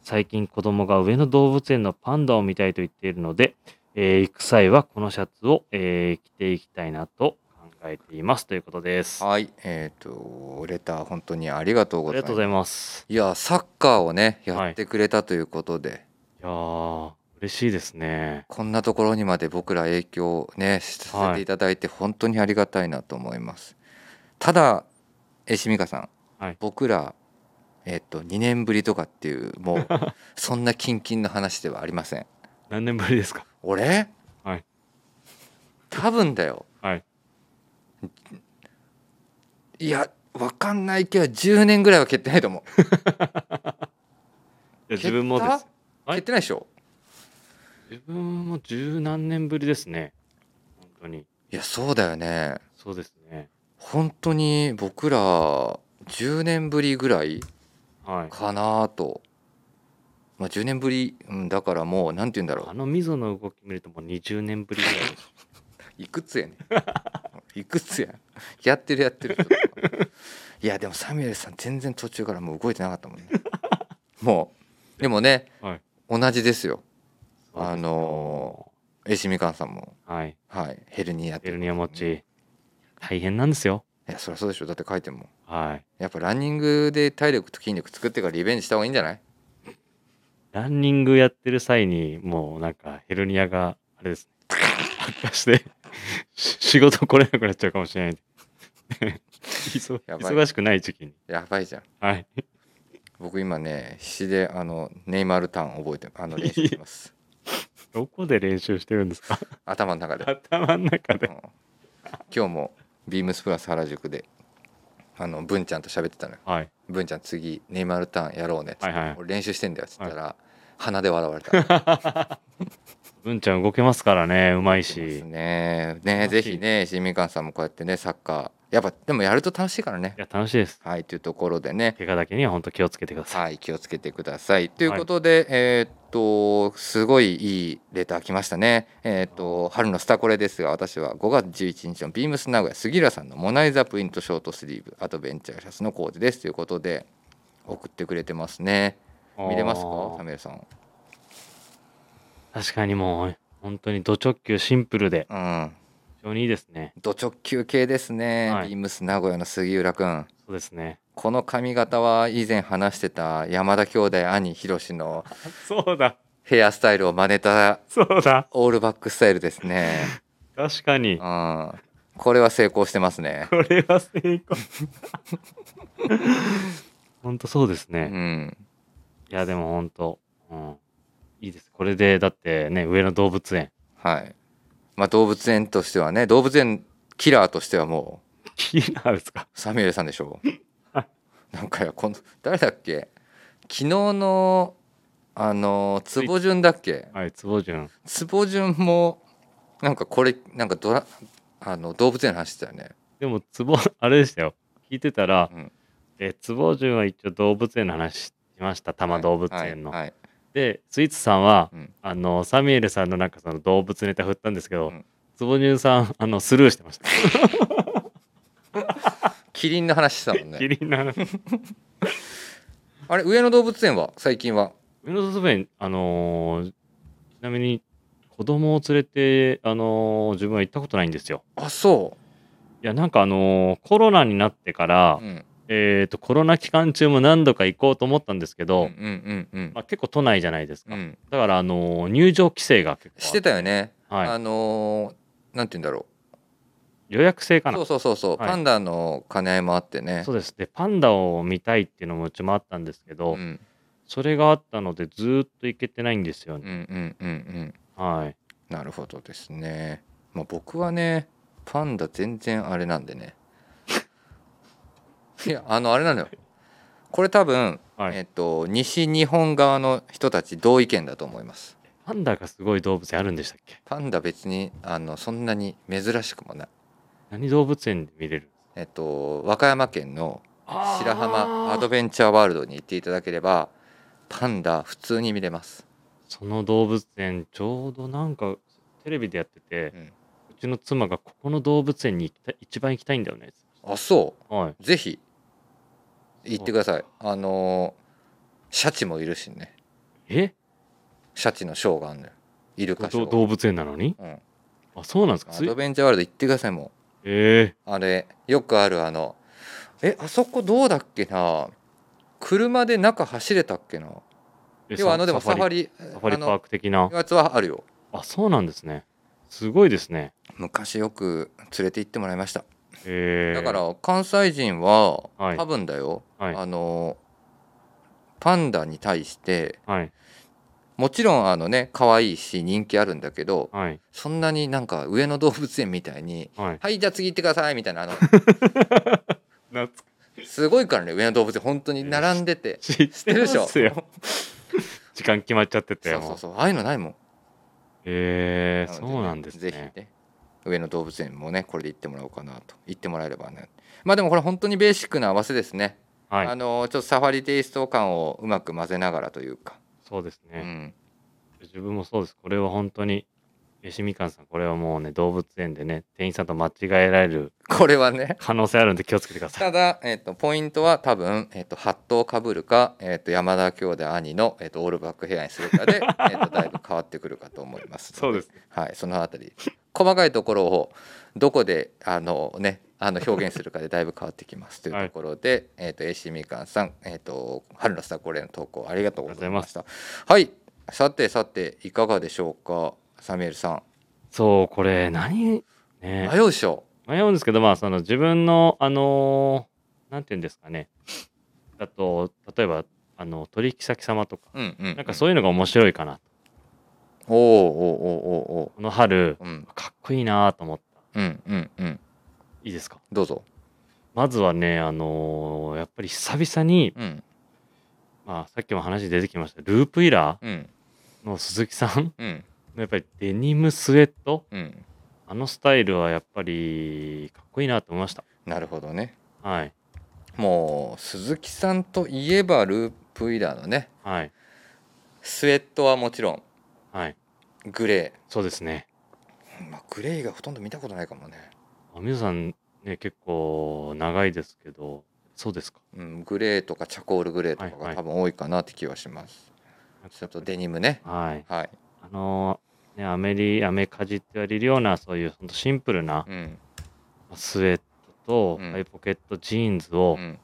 最近子供が上野動物園のパンダを見たいと言っているので、えー行く際はこのシャツを、えー着ていきたいなと考えていますということです。あ
はいえっ、とレター本当にありがとうご
り
ざい
が
ま
とう
す
ございます。
いやサッカーをね
はい
やってくれたということで、
いやー、嬉しいですね。
こんなところにまで僕ら影響をねさせていただいて本当にありがたいなと思います、ただえしみかさん、
はい
僕らえっと2年ぶりとかっていうも うそんなキンキンの話ではありません
何年ぶりですか
俺、
はい
多分だよ
はい。
いやわかんないけど10年ぐらいは蹴ってないと思う
いや自分もで
蹴っ
す。
た
は
蹴
い
ってないでしょ
自分も十何年ぶりですね。本当に。
いやそうだよね
そうですね。
本当に僕ら10年ぶりぐらい
はい。
かなと、まあ、10年ぶり、うん、だからもうなんて言うんだろ
あの溝の動き見るともう20年ぶりぐらいです。
ういくつやねんいくつやんやってるやってるいやでもサミュエルさん全然途中からもう動いてなかったもんねもうでもね
はい。
同じですよ
そうで す
あのえしみかんさんも
はい。
はいヘルニアって
エルニア持ち、大変なんですよ。
いやそりゃそうでしょだって書いてんもん
はい。
やっぱランニングで体力と筋力作ってからリベンジした方がいいんじゃない
ランニングやってる際に、もうなんかヘルニアが、あれですね。悪化して、し仕事来れなくなっちゃうかもしれ ないんで。忙
やばい
忙しくない時期に。
やばいじゃん
はい。
僕今ね必死であのネイマールターン覚えてあの練習してます
どこで練習してるんですか
頭の中で、
頭の中
うん
で。
今日もビームスプラス原宿であの文ちゃんと喋ってたのよ
はい。
「文ちゃん次ネイマールターンやろうね」っつって、
はいはい
俺練習してんだよ」っつったら、鼻で笑われた
文ちゃん動けますからね、うまいし。
ねねぜひね新民館さんもこうやってねサッカーやっぱでもやると楽しいからね
いや、楽しいです。
はいというところでね
怪我だけには本当気をつけてください。
はい気をつけてくださいということで、えーっとすごいいいレター来ましたねえーっと春のスタコレですが私は5月11日のビームス名古屋杉浦さんのモナイザプリントショートスリーブアドベンチャーシャツのコーデですということで送ってくれてますね見れます
あ
か
ー
サメルさん
確かにもう、本当にド直球シンプルで、
うん
非常にいいですね。
ド直球系ですね、
はい
ビームス名古屋の杉浦くん
そうですね。
この髪型は以前話してた山田兄弟兄ひろしの
そうだ、
ヘアスタイルを真似た
そうだ。
オールバックスタイルですね
確かに。
うんこれは成功してますね。
これは成功。 本当そうです
う
ね。
ん、
いや、でも本当、うん、いいです。これで、だってね、上野動物 園。
はい。まあ動物園としてはね、動物園キラーとしてはも
キーナーですか
うサミュエルさんでしょ
は
う。なんかこの誰だっけ？昨日のあの坪潤だっけ？
はい、坪潤。
坪潤もなんかこれなんかドラあの動物園の話してたよね。
でも、坪、あれでしたよ。聞いてたら、
うん
え坪潤は一応動物園の話しました。多摩動物園の。
はいはい
で、スイーツさんは、
うん
あの、サミュエルさんのなんかその動物ネタ振ったんですけど、
うん
坪潤さん、あの、スルーしてました。
キリンの話してたも んね。
キリンの話。
あれ上野動物園は最近は
上野動物園、あのーちなみに、子供を連れて、あのー自分は行ったことないんですよ。
あそ
いや、なんかあのーコロナになってから、
う。うん
えっ、と、コロナ期間中も何度か行こうと思ったんです
う
け
ん
ど、
うんうん
まあ、結構都内じゃないです
う
か。
ん。うん
だから、あのー入場規制が結構あ
してたよね。
はい
あのーなんて言うんだろ
予約制か
う。
な
そうそうそうそう、
はい
パンダの兼ね合いもあってね。
そうです。で、パンダを見たいっていうのもうちもあったんですけど、
うん
それがあったので、ずーっと行けてないんですよ
うんう
ね。
んうんうん。
はい。
なるほどですね。まあ僕はね、パンダ全然あれなんでね。 いやあのあれなのよ。これ多分、
はい
えっと西日本側の人たち同意見だと思います。
パンダがすごい動物園あるんでしたっけ
パンダ別にあのそんなに珍しくもない。
何動物園で見れる
えっと和歌山県の白浜ア
ド
ドベンチャーワールドに行っていただければパンダ普通に見れます、
その動物園ちょうどなんかテレビでやってて、
うん
うちの妻がここの動物園に行きたい一番行きたいんだよね
あそ
は
うぜひ行ってくださいあのーシャチもいるしね
いえ
シャチのショーがあるのよイルカショ
ど
ー
動物園なのに
うん、
あそうなんですか
ア
つい
ドベンチャーワールド行ってくださいも
え
うあれよくあるあのえあそこどうだっけな車で中走れたっけな
ーえ
要はあのでもサファ
リ
リ
サファリ
あ
パー
の
ク的な
やつはあるよ
あそうなんですねすごいですね
昔よく連れて行ってもらいました
えー、
だから関西人は、
はい
多分だよ、
はい
あのパンダに対して
はい
もちろんあのね可愛いし人気あるんだけど
はい
そんなになんか上野動物園みたいに
は
「
い
はいじゃあ次行ってください」みたい なあの
懐か
すごいからね上野動物園本当に並んでて
しい知
知っ
っ
て
て
るで
るで
し
し
ょ
ょ時間決まっちゃってて
そうそうそうああいうのないもん
えー、
なの
そうなんですね
ぜひね上野動物園もねこれで行ってもらおうかなと行ってもらえればねまあでもこれ本当にベーシックな合わせですね、
はい
あのちょっとサファリテイスト感をうまく混ぜながらというか、
そうです
う
ね、
ん、
自分もそうです。これは本当に、えしみかんさん、これはもうね、動物園でね、店員さんと間違えられる
これはね
可能性あるんで気をつけてください。
ただ、えっとポイントは多分、えっとハットをかぶるか、えっと山田兄弟兄の、えっとオールバックヘアにするか で、えっとだいぶ変わってくるかと思いますの
そうです。
はい、そのあたり細かいところをどこであの、ね、あの表現するかでだいぶ変わってき ますというところで、えっと AC みかんさん、えっと春のスタコレの投稿ありがとうございました。はいさてさていかがでしょうかサミュエルさん
そう、これ、何、ね
迷、うでしょ
迷うんですけど、まあ、その自分の、あのーなんていうんですかね、だと、例えば、あの、取引先様とか、
うんうん、
なんかそういうのが面白いかなと。
おーおーおーおーお
この春
ーうん
かっこいいなと思った
うんうんうん
いいですか
どうぞ
まずはねあのーやっぱり久々に、
うん
まあ、さっきも話出てきましたループイラ
うん
ーの 鈴木さん
うん
のやっぱりデニムスウェット
うん
あのスタイルはやっぱりかっこいいなと思いました
なるほどね
はい
もう鈴木さんといえばループイラーのね
はい
スウェットはもちろん
はい
グレ
そうですね
ー、まあ、グレーがほとんど見たことないかもね、
あ皆さんね結構長いですけどそうですか
うん、グレーとかチャコールグレーとか
はいは
が
い
多分多いかなって気はします、ちょっとデニムね
はい
はい
あのーねアメリアメカジって言われるようなそういうほんとシンプルな
うん
スウェットと
うん
ハイポケットジーンズを、
うん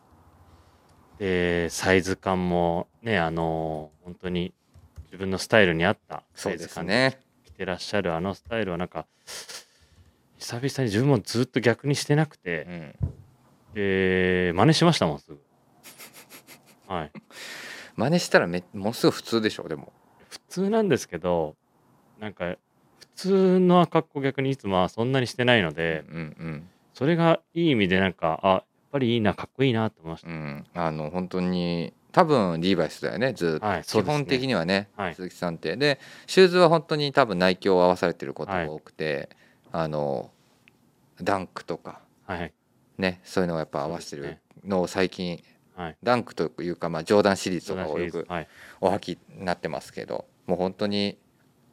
でサイズ感もねあのー本当に自分のスタイルに合った
そ
サ
う
イ
で
ズ
す
感で
ね
着てらっしゃるあのスタイルはなんか久々に自分もずっと逆にしてなくて
う、ん
で真似しましたもんす ぐはい
真似したらめものすごい普通でしょでも
普通なんですけどなんか普通の格好逆にいつもはそんなにしてないの
う
で、
ん
それがいい意味でなんかあやっぱりいいなかっこいいなと思いまし
うんう
た、
んあの本当に多分リーバイスだよねずっと、
はいそ
基
うですね
本的にはね、
はい
鈴木さんってでシューズは本当に多分内胸を合わされてることが多くて、あのダンクとか
はい
ねそういうのをやっぱ合わせて
そうで
るのを最近、
はい
ダンクというか、まあ、ジョーダンシリーズ
素
と
晴
からを
しい
よ
です
く
はい
お履きになってますけどもう本当に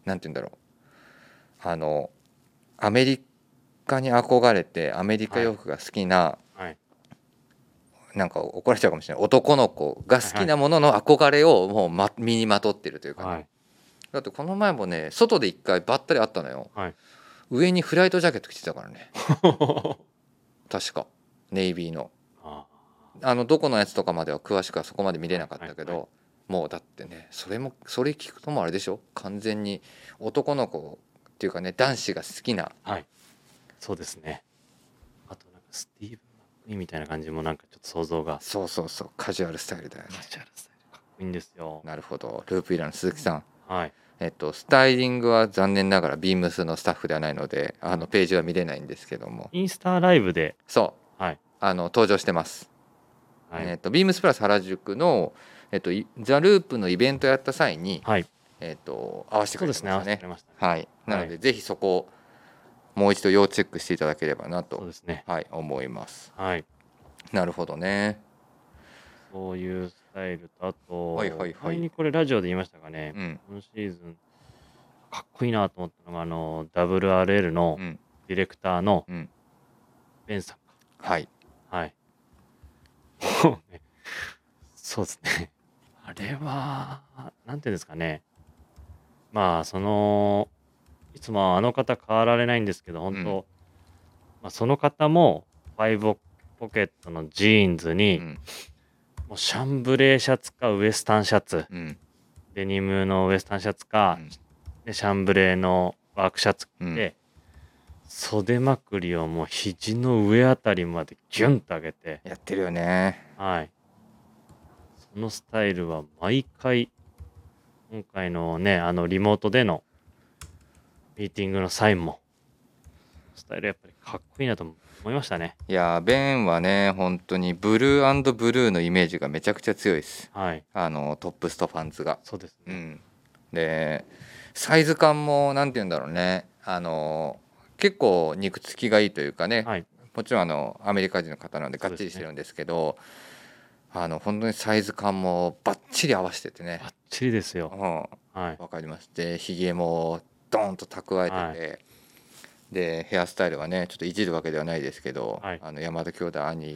なんて言うんだろうあのアメリカに憧れてアメリカ洋服が好きな、
はい
なんか怒られちゃうかもしれない男の子が好きなものの憧れをもう、ま、身にまとってるというか、
はい
だってこの前もね外で一回ばったり会ったのよ、
はい
上にフライトジャケット着てたからね確かネイビーの
あ
あのどこのやつとかまでは詳しくはそこまで見れなかったけど、
はい
もうだってねそれもそれ聞くともあれでしょ完全に男の子っていうかね男子が好きな
ーはいそうですねあとなんかスティーブン・マックイーンみたいな感じもなんかちょっと想像が
そうそうそうカジュアルスタイルだよね
カジュアルスタイルかっこいいんですよ
なるほどループイラーの鈴木さん
はい
えっとスタイリングは残念ながらビームスのスタッフではないのであのページは見れないんですけども
インスタライブで
そう
はい
あの登場してます、
はい、
えっとビームスプラス原宿のえっといザループのイベントやった際に
はい
えっと合わせて
そ
く
う
れ
で
て
すね合
ます
わせて
ね
くれましたね
はい、なので、ぜひそこをもう一度要チェックしていただければな
そう
と、
ですね
はい、思います。
はい
なるほどね。
そういうスタイルとあと、
はいはいはい
前にこれラジオで言いましたかね、
うん、
今シーズンかっこいいなと思ったのがあの WRL の
うん、
ディレクターの
うん、
ベンさんか
はい。
はい もうねそうですねあれはなんていうんですかねまあそのいつもあの方変わられないんですけど本当、
うん
まあ、その方もファイブポケットのジーンズ
う
に、
ん、
もうシャンブレーシャツかウエスタンシャツ
うん、
デニムのウエスタンシャツか、
うん
でシャンブレーのワークシャツ
う
着
ん
て、袖まくりをもう肘の上あたりまでギュンと上げて、
やってるよね。
はい、そのスタイルは毎回今回のねあのリモートでのミーティングのサインもスタイルやっぱりかっこいいなと思いましたね
いやー、ベンはね、本当にブルーブルーのイメージがめちゃくちゃ強いです。
はい
あのトップストパンツが。
そうです
う
ね、
ん、で、サイズ感もなんて言うんだろうね。あの結構肉付きがいいというかね、
はい
もちろんあのアメリカ人の方なのでがっちりしてるんですけどあの本当にサイズ感もバッチリ合わせててね
バ、ッチリです
う
よ
ん、
はい
わかりましてひげもドーンと蓄えてて、でヘアスタイルはねちょっといじるわけではないですけど、
はい
あの山田兄弟 兄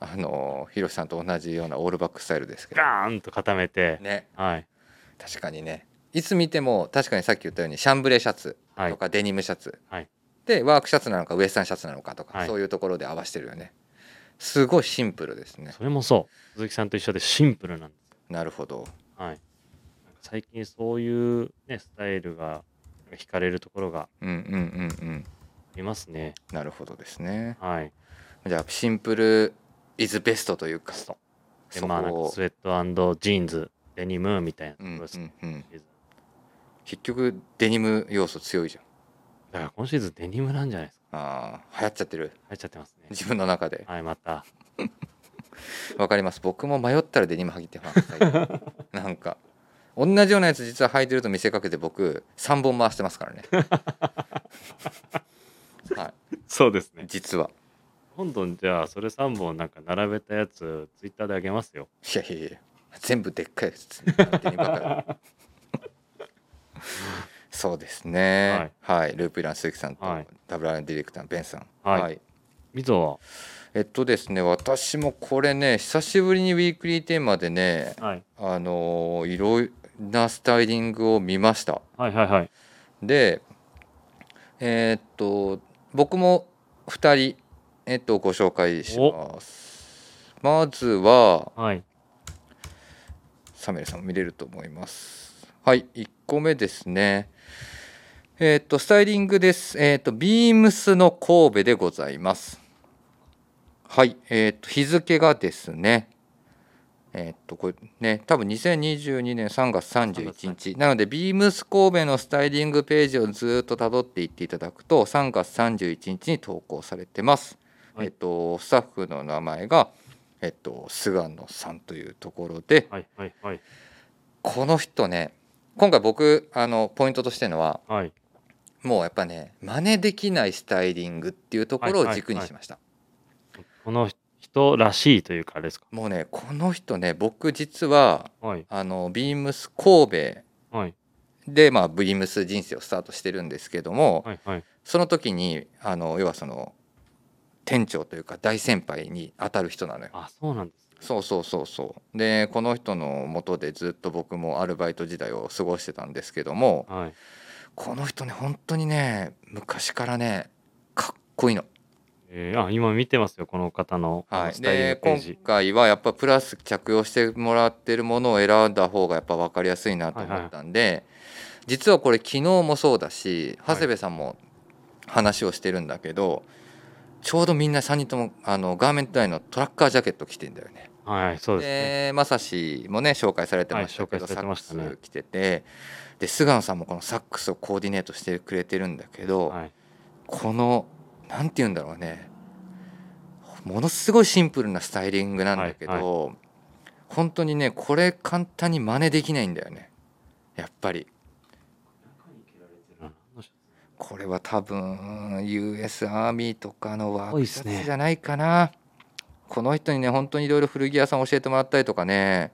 あのヒロシさんと同じようなオールバックスタイルですけど
ガーンと固めて、
ね
はい
確かにねいつ見ても確かにさっき言ったようにシャンブレーシャツ
はい
とかデニムシャツ、
はい
でワークシャツなのかウエスタンシャツなのかとか、
はい
そういうところで合わせてるよねすごいシンプルですね
それもそう鈴木さんと一緒でシンプルなんですよ
なるほど
はいなんか最近そういう、ね、スタイルがなんか惹かれるところが
うんうんうんうん
いますね
なるほどですね
はい
じゃあシンプルイズベストというか
そう
そ
でまあなん
こ
か
を
スウェットジーンズデニムみたいなと
う
こ
ん
ろ
う
ですね
んうん
シーズン
結局デニム要素強いじゃん
だから今シーズンデニムなんじゃないですか。
あー流行っちゃってる
入っちゃってますね。
自分の中で
はい、また。
わかります僕も迷ったらデニム履いてます最 近なんか同じようなやつ実は履いてると見せかけて僕3本回してます からねは
そうです
い
ね。
実は
今度じゃあ、それ3本なんか並べたやつ、ツイッターであげますよ。
いやいやいや全部でっかいやつデニムばっかり そうですねはい、ループイラン鈴木さんと、
はい
ダブルアイアンディレクターのベンさん
はいみぞ
えっとですね私もこれね久しぶりにウィークリーテーマでね
は、はい。
あのーいろいろなスタイリングを見ました
はいはいはい。
でえーっと僕も2人、えっと、ご紹介しますまずは
はい。
サメルさんも見れると思いますはい1個目ですねえーっとスタイリングですえーっとビームスの神戸でございますはいえーっと日付がですねえーっとこれね多分2022年3月31日なのでビームス神戸のスタイリングページをずーっと辿っていっていただくと3月31日に投稿されてます、
はい
えーっとスタッフの名前がえーっと菅野さんというところで、
はいはいはい。
この人ね今回僕あのポイントとしてのは
はい。
もうやっぱね真似できないスタイリングっていうところを軸にしました、
この人らしいというか、あれですか。
もうねこの人ね僕実は
はい。
あのビームス神戸
はい。
でまあビームス人生をスタートしてるんですけども、
はいはい。
その時にあの要はその店長というか大先輩に当たる人なのよ
あ、そうなんです、ね。
そうそうそうそうでこの人のもとでずっと僕もアルバイト時代を過ごしてたんですけども、
はい。
この人ね本当にね昔からねかっこいいの。
えー、あ、今見てますよ、この方の,、
はい、
スタイリン
で
グペー
今
ジ。
回はやっぱプラス着用してもらってるものを選んだ方がやっぱ分かりやすいなと思ったんで、実はこれ昨日もそうだし
はい
長谷部さんも話をしてるんだけど、ちょうどみんな3人ともあのガーメント内のトラッカージャケット着てんだよね。
はい、そうですね。
でまさしもね紹介されてましたけど、
はい紹介されてました
サ
ね
ックス着ててで菅野さんもこのサックスをコーディネートしてくれてるんだけど。
はい。
このなんて言うんだろうねものすごいシンプルなスタイリングなんだけど、
はい
本当にねこれ簡単に真似できないんだよねやっぱり
あどうしよ
これは多分 US アーミーとかのワー
多
ク
いっ
シ
す
ャ
ね
ツじゃないかなこの人にね本当にいろいろ古着屋さん教えてもらったりとかね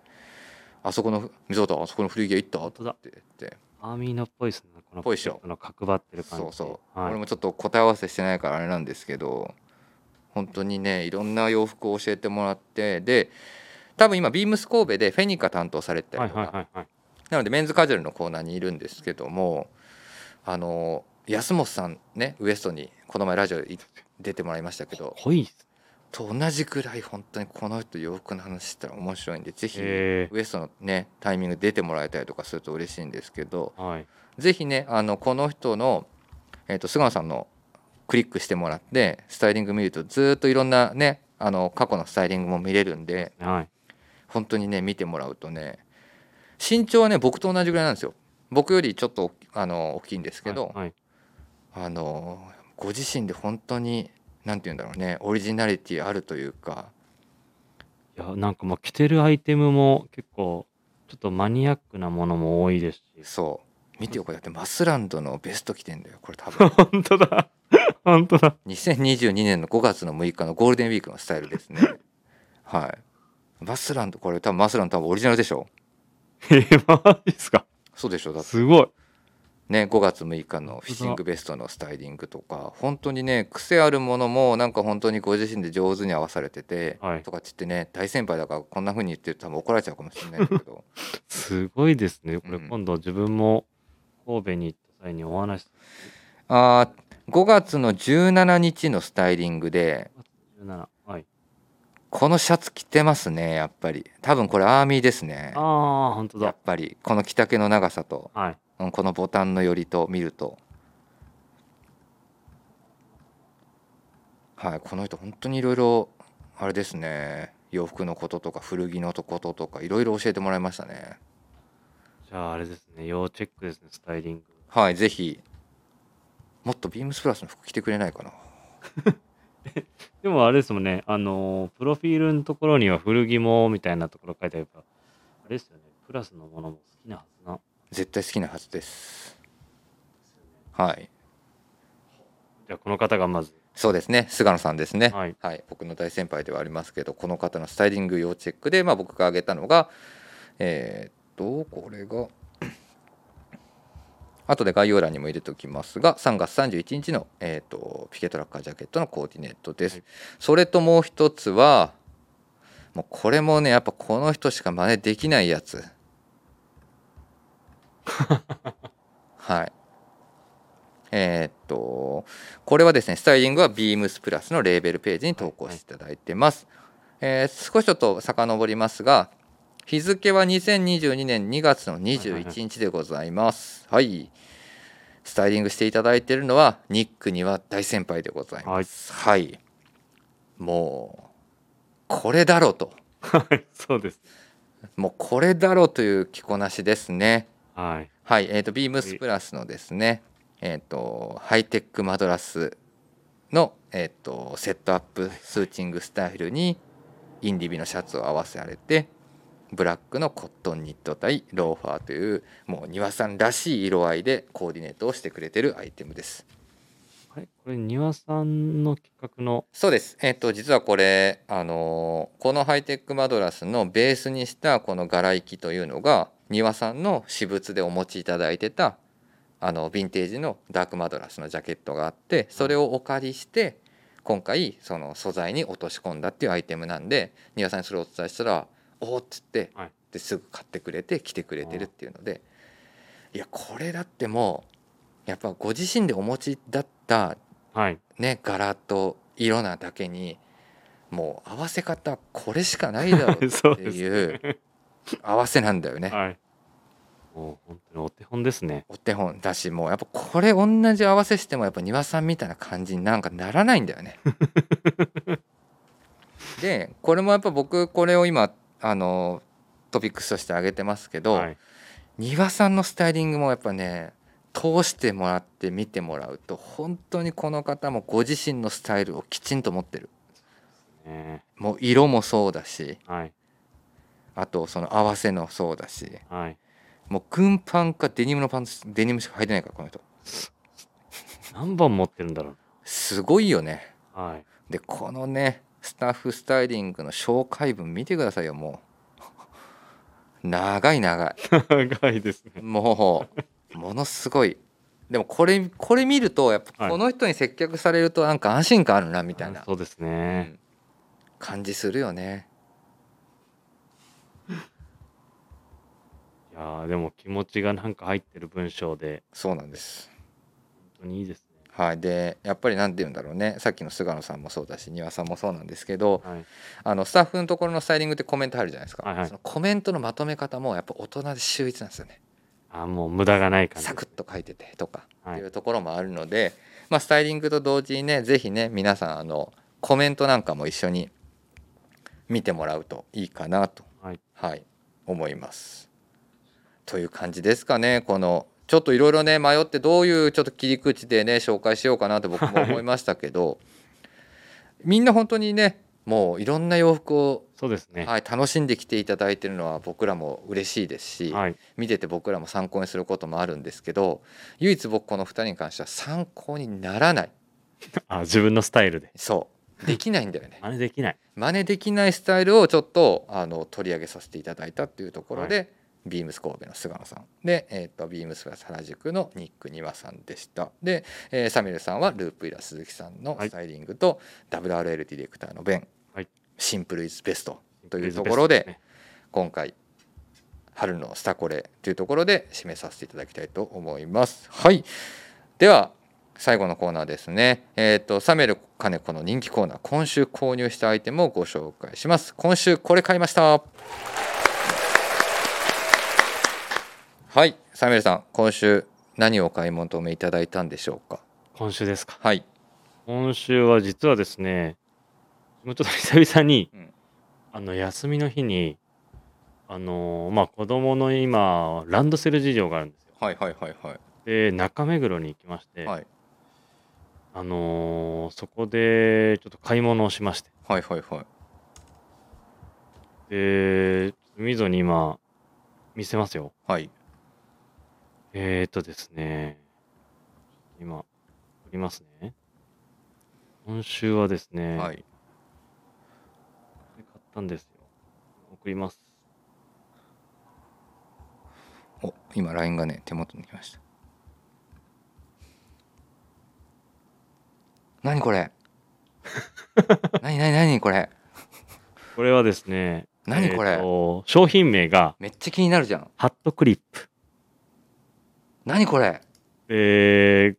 あそこの溝端あそこの古着屋行った
本当だ
って言って
うアーミーのっぽいですね。この
ぽいっしょ
ポケットの角張ってる感じ。
そうそう、
はい
俺もちょっと答え合わせしてないからあれなんですけど本当にねいろんな洋服を教えてもらってで多分今ビームス神戸でフェニカ担当されてた
は
りと
い
か、
はいはいはい。
なのでメンズカジュアルのコーナーにいるんですけどもあの安本さんねウエストにこの前ラジオい出てもらいましたけど
濃いですね。
と同じくらい本当にこの人洋服の話したら面白いんでぜひウ
え
エストのねタイミング出てもらえたりとかすると嬉しいんですけど
ー、はい。
ぜひねあのこの人の、えー、と菅野さんのクリックしてもらってスタイリング見るとずっといろんなねあの過去のスタイリングも見れるんで
はい。
本当にね見てもらうとね身長はね僕と同じぐらいなんですよ僕よりちょっとあの大きいんですけど、
はい。
あのご自身で本当に何て言うんだろうねオリジナリティあるというか
いや、なんかもう着てるアイテムも結構、ちょっとマニアックなものも多いです し。
そう見てよこれだってマスランドのベスト着てんだよこれ多分
本当だ。本当だ。
2022年の5月の6日のゴールデンウィークのスタイルです ね。はい。マスランド、これ多分マスランド多分オリジナルでしょ
えー、マジですか。
そうでしょだって
すごい。
ね、5月6日のフィッシングベストのスタイリングとか、本当にね、癖あるものもなんか本当にご自身で上手に合わされてて、
はい
とかっつってね、大先輩だからこんな風に言ってると多分怒られちゃうかもしれないんだけど、
すごいですね。これ
うん
今度自分も神戸に行った際にお話し
あー5月の17日のスタイリングで、
17。はい。
このシャツ着てますね、やっぱり。多分これアーミーですね
あ。あ、本当
やっ
だ。
ぱり、この着丈の長さと。
はい。
うんこのボタンの寄りと見るとはいこの人本当にいろいろあれですね洋服のこととか古着のこととかいろいろ教えてもらいましたね
じゃああれですね、要チェックですね、スタイリング。
はいぜひもっとビームスプラスの服着てくれないかな
でもあれですもんね、あのープロフィールのところには古着もみたいなところ書いてあるから、あれですよね、プラスのものも好きなはずな。
絶対好きなはずですはい
じゃあこの方がまず、
そうですね菅野さんですね
はい、
僕の大先輩ではありますけどこの方のスタイリング要チェックで、まあ、僕が挙げたのがえーっとこれが 後で概要欄にも入れておきますが3月31日の、えーっとピケトラッカージャケットのコーディネートです、
はい
それともう一つはもうこれもねやっぱこの人しか真似できないや つはいえーっとこれはですねスタイリングはビームスプラスのレーベルページに投稿していただいてます、えー少しちょっと遡りますが日付は2022年2月の21日でございますはい、スタイリングしていただいているのはニックには大先輩でございますはい、もうこれだろうと
はい、そうです。
もうこれだろうという着こなしですね
はい。
はい、えー、とビームスプラスのですね、えー、とハイテックマドラスの、えー、とセットアップスーチングスタイルにインディビのシャツを合わせられてブラックのコットンニット対ローファーというもう庭さんらしい色合いでコーディネートをしてくれてるアイテムです。
あれこれ、庭さんの企画の、
そうです、えー、と実はこれ、あのーこのハイテックマドラスのベースにしたこの柄行きというのが庭さんの私物でお持ちいただいてたあのヴィンテージのダークマドラスのジャケットがあってそれをお借りして今回その素材に落とし込んだっていうアイテムなんで庭さんにそれをお伝えしたら「おお」っつって、
はい
ですぐ買ってくれて来てくれてるっていうのでいやこれだってもうやっぱご自身でお持ちだった
はい。
ね柄と色なだけにもう合わせ方これしかないだろう
そう
って
です
いう合わせなんだよね。
はい。もう本当にお手本ですね。
お手本だしもうやっぱこれ同じ合わせしてもやっぱ庭さんみたいな感じになんかならないんだよ ね。でこれもやっぱ僕これを今あのトピックスとして挙げてますけど、
はい。
庭さんのスタイリングもやっぱね通してもらって見てもらうと本当にこの方もご自身のスタイルをきちんと持ってる。
ね
もう色もそうだし
はい。
あとその合わせのそうだし
はい。
もう軍パンかデニムのパンツデニムしか履いてないからこの人
何本持ってるんだろう
すごいよね
な。はい。
でこのねスタッフスタイリングの紹介文見てくださいよもう 長い長
長い です
い
ね。
もうものすごいでもこれこれ見るとやっ
は
ぱ
い
この人に接客されるとなんか安心感あるなみたい
あ
な
そうですね。
感じするよね
いやーでも気持ちがなんか入ってる文章で、
そうなんです
本当にいいですね。
はいでやっぱり何て言うんだろうねさっきの菅野さんもそうだし丹羽さんもそうなんですけど、
はい。
あのスタッフのところのスタイリングってコメント入るじゃないですか、
はいはい
そのコメントのまとめ方もやっぱ大人で秀逸なんですよね
あーもう無駄がない感じ。
サクッと書いててとかっ
は
て
い
い。うところもあるので、まあ、スタイリングと同時にねぜひね皆さんあのコメントなんかも一緒に見てもらうといいかなと、
はい
思います。という感じですかねこのちょっといろいろね迷ってどういうちょっと切り口でね紹介しようかなと僕も思いましたけど、みんな本当にねもういろんな洋服を
そうですね。
はい、楽しんできていただいてるのは僕らも嬉しいですし、
はい。
見てて僕らも参考にすることもあるんですけど唯一僕この2人に関しては参考にならない
あ自分のスタイルで。
そうできないんだよ ね
真似できない。
真似できないスタイルをちょっとあの取り上げさせていただいたっていうところで、ビームス神戸の菅野さんで、えー、とビームスプラス原宿のニック庭さんでしたで、えーサミュエルさんはループイラ鈴木さんの
はい
スタイリングと、WRL ディレクターの弁、
はい
シンプルイズベストというところで
ベストすね。
今回春のスタコレというところで締めさせていただきたいと思います。はい、では最後のコーナーですね。えっ、とサメルカネコの人気コーナー、今週購入したアイテムをご紹介します。今週これ買いました。はい、サメルさん、今週何をお買い求めいただいたんでしょうか。
今週ですか。
はい、
今週は実はですね、もうちょっと久々に、
うん
あの休みの日に、あのーまあ子供の今ランドセル事情があるんですよ
はいはいはいはい
で中目黒に行きまして、
はい
あのーそこでちょっと買い物をしまして
はいはいはい
でみぞに今見せますよ
はい
えー、っとですね今送りますね今週はですね、
はい
買ったんですよ送ります
お今 LINE がね手元に来ました何これ 何何何これ
これはですね
何これ
ーっと商品名が
めっちゃ気になるじゃん
ハットクリップ
何これ
で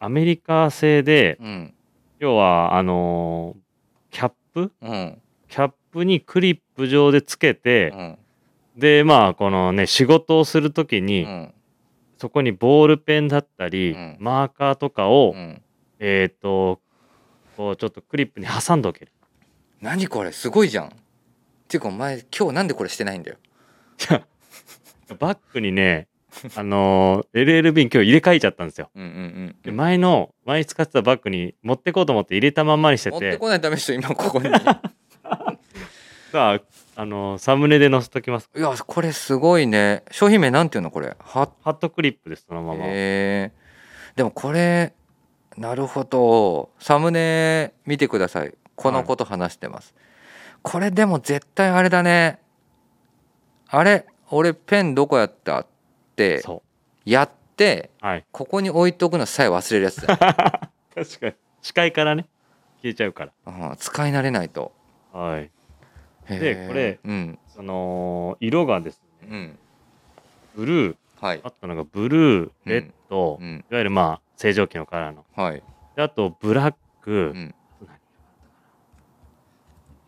アメリカ製で
うん
要はあのーキャップ
うん
キャップにクリップ状でつけ
う
て、
ん
でまあこのね仕事をする時
う
に、
ん
そこにボールペンだったり、
うん
マーカーとかを、
うん
えっ、とこうちょっとクリップに挟んでおける
何これすごいじゃんていうかお前今日なんでこれしてないんだよ
バッグ にねあのー LLB に今日入れ替えちゃったんですよ
うんうんうん
で前の前に使ってたバッグに持ってこうと思って入れたまんまにして
持って
て
こないため人今ここに い
さあ、あのーサムネで載せときます
やこれすごいね商品名なんていうのこれハッ
ハットクリップですそのまま、
えーでもこれなるほどサムネ見てくださいこのこと話してます、これでも絶対あれだねあれ俺ペンどこやったって
そ
やって
うはい
ここに置いとくのさえ忘れるやつ だ、
確かに視界からね消えちゃうから
うん、使い慣れないと
はい
へー
これ
うん
その色がですね
うん
ブルー
はい
あったのがブルーレッド、
う
い
ん
わゆるまあ正常期のカラーの
はい
であとブラック、
うん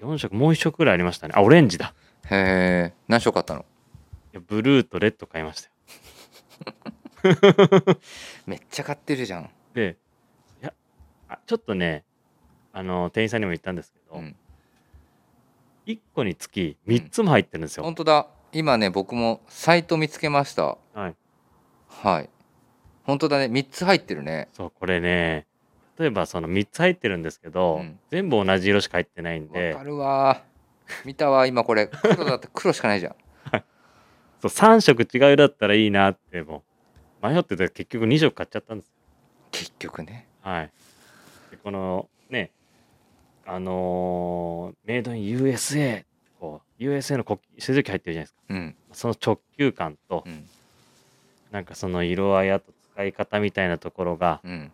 4色もう1色ぐらいありましたねあオレンジだ
へえ何色買ったの
いやブルーとレッド買いましたよ
めっちゃ買ってるじゃん
でいやあちょっとねあの店員さんにも言ったんですけど、
うん
1個につき3つも入ってるんですよ、
本当だ今ね僕もサイト見つけました
はい
はい本当だね3つ入ってるね
そうこれね例えばその3つ入ってるんですけど、
うん
全部同じ色しか入ってないん
わ
で
かるわ見たわ今これ黒だって 黒しかないじゃん
そう3色違う色だったらいいなってもう迷ってて結局2色買っちゃったんですよ
結局ね
はいでこのねあのーメイドイン USA こう USA の国旗製造機入ってるじゃないですか
うん
その直球感と
うん
なんかその色合いあと使い方みたいなところが、
うん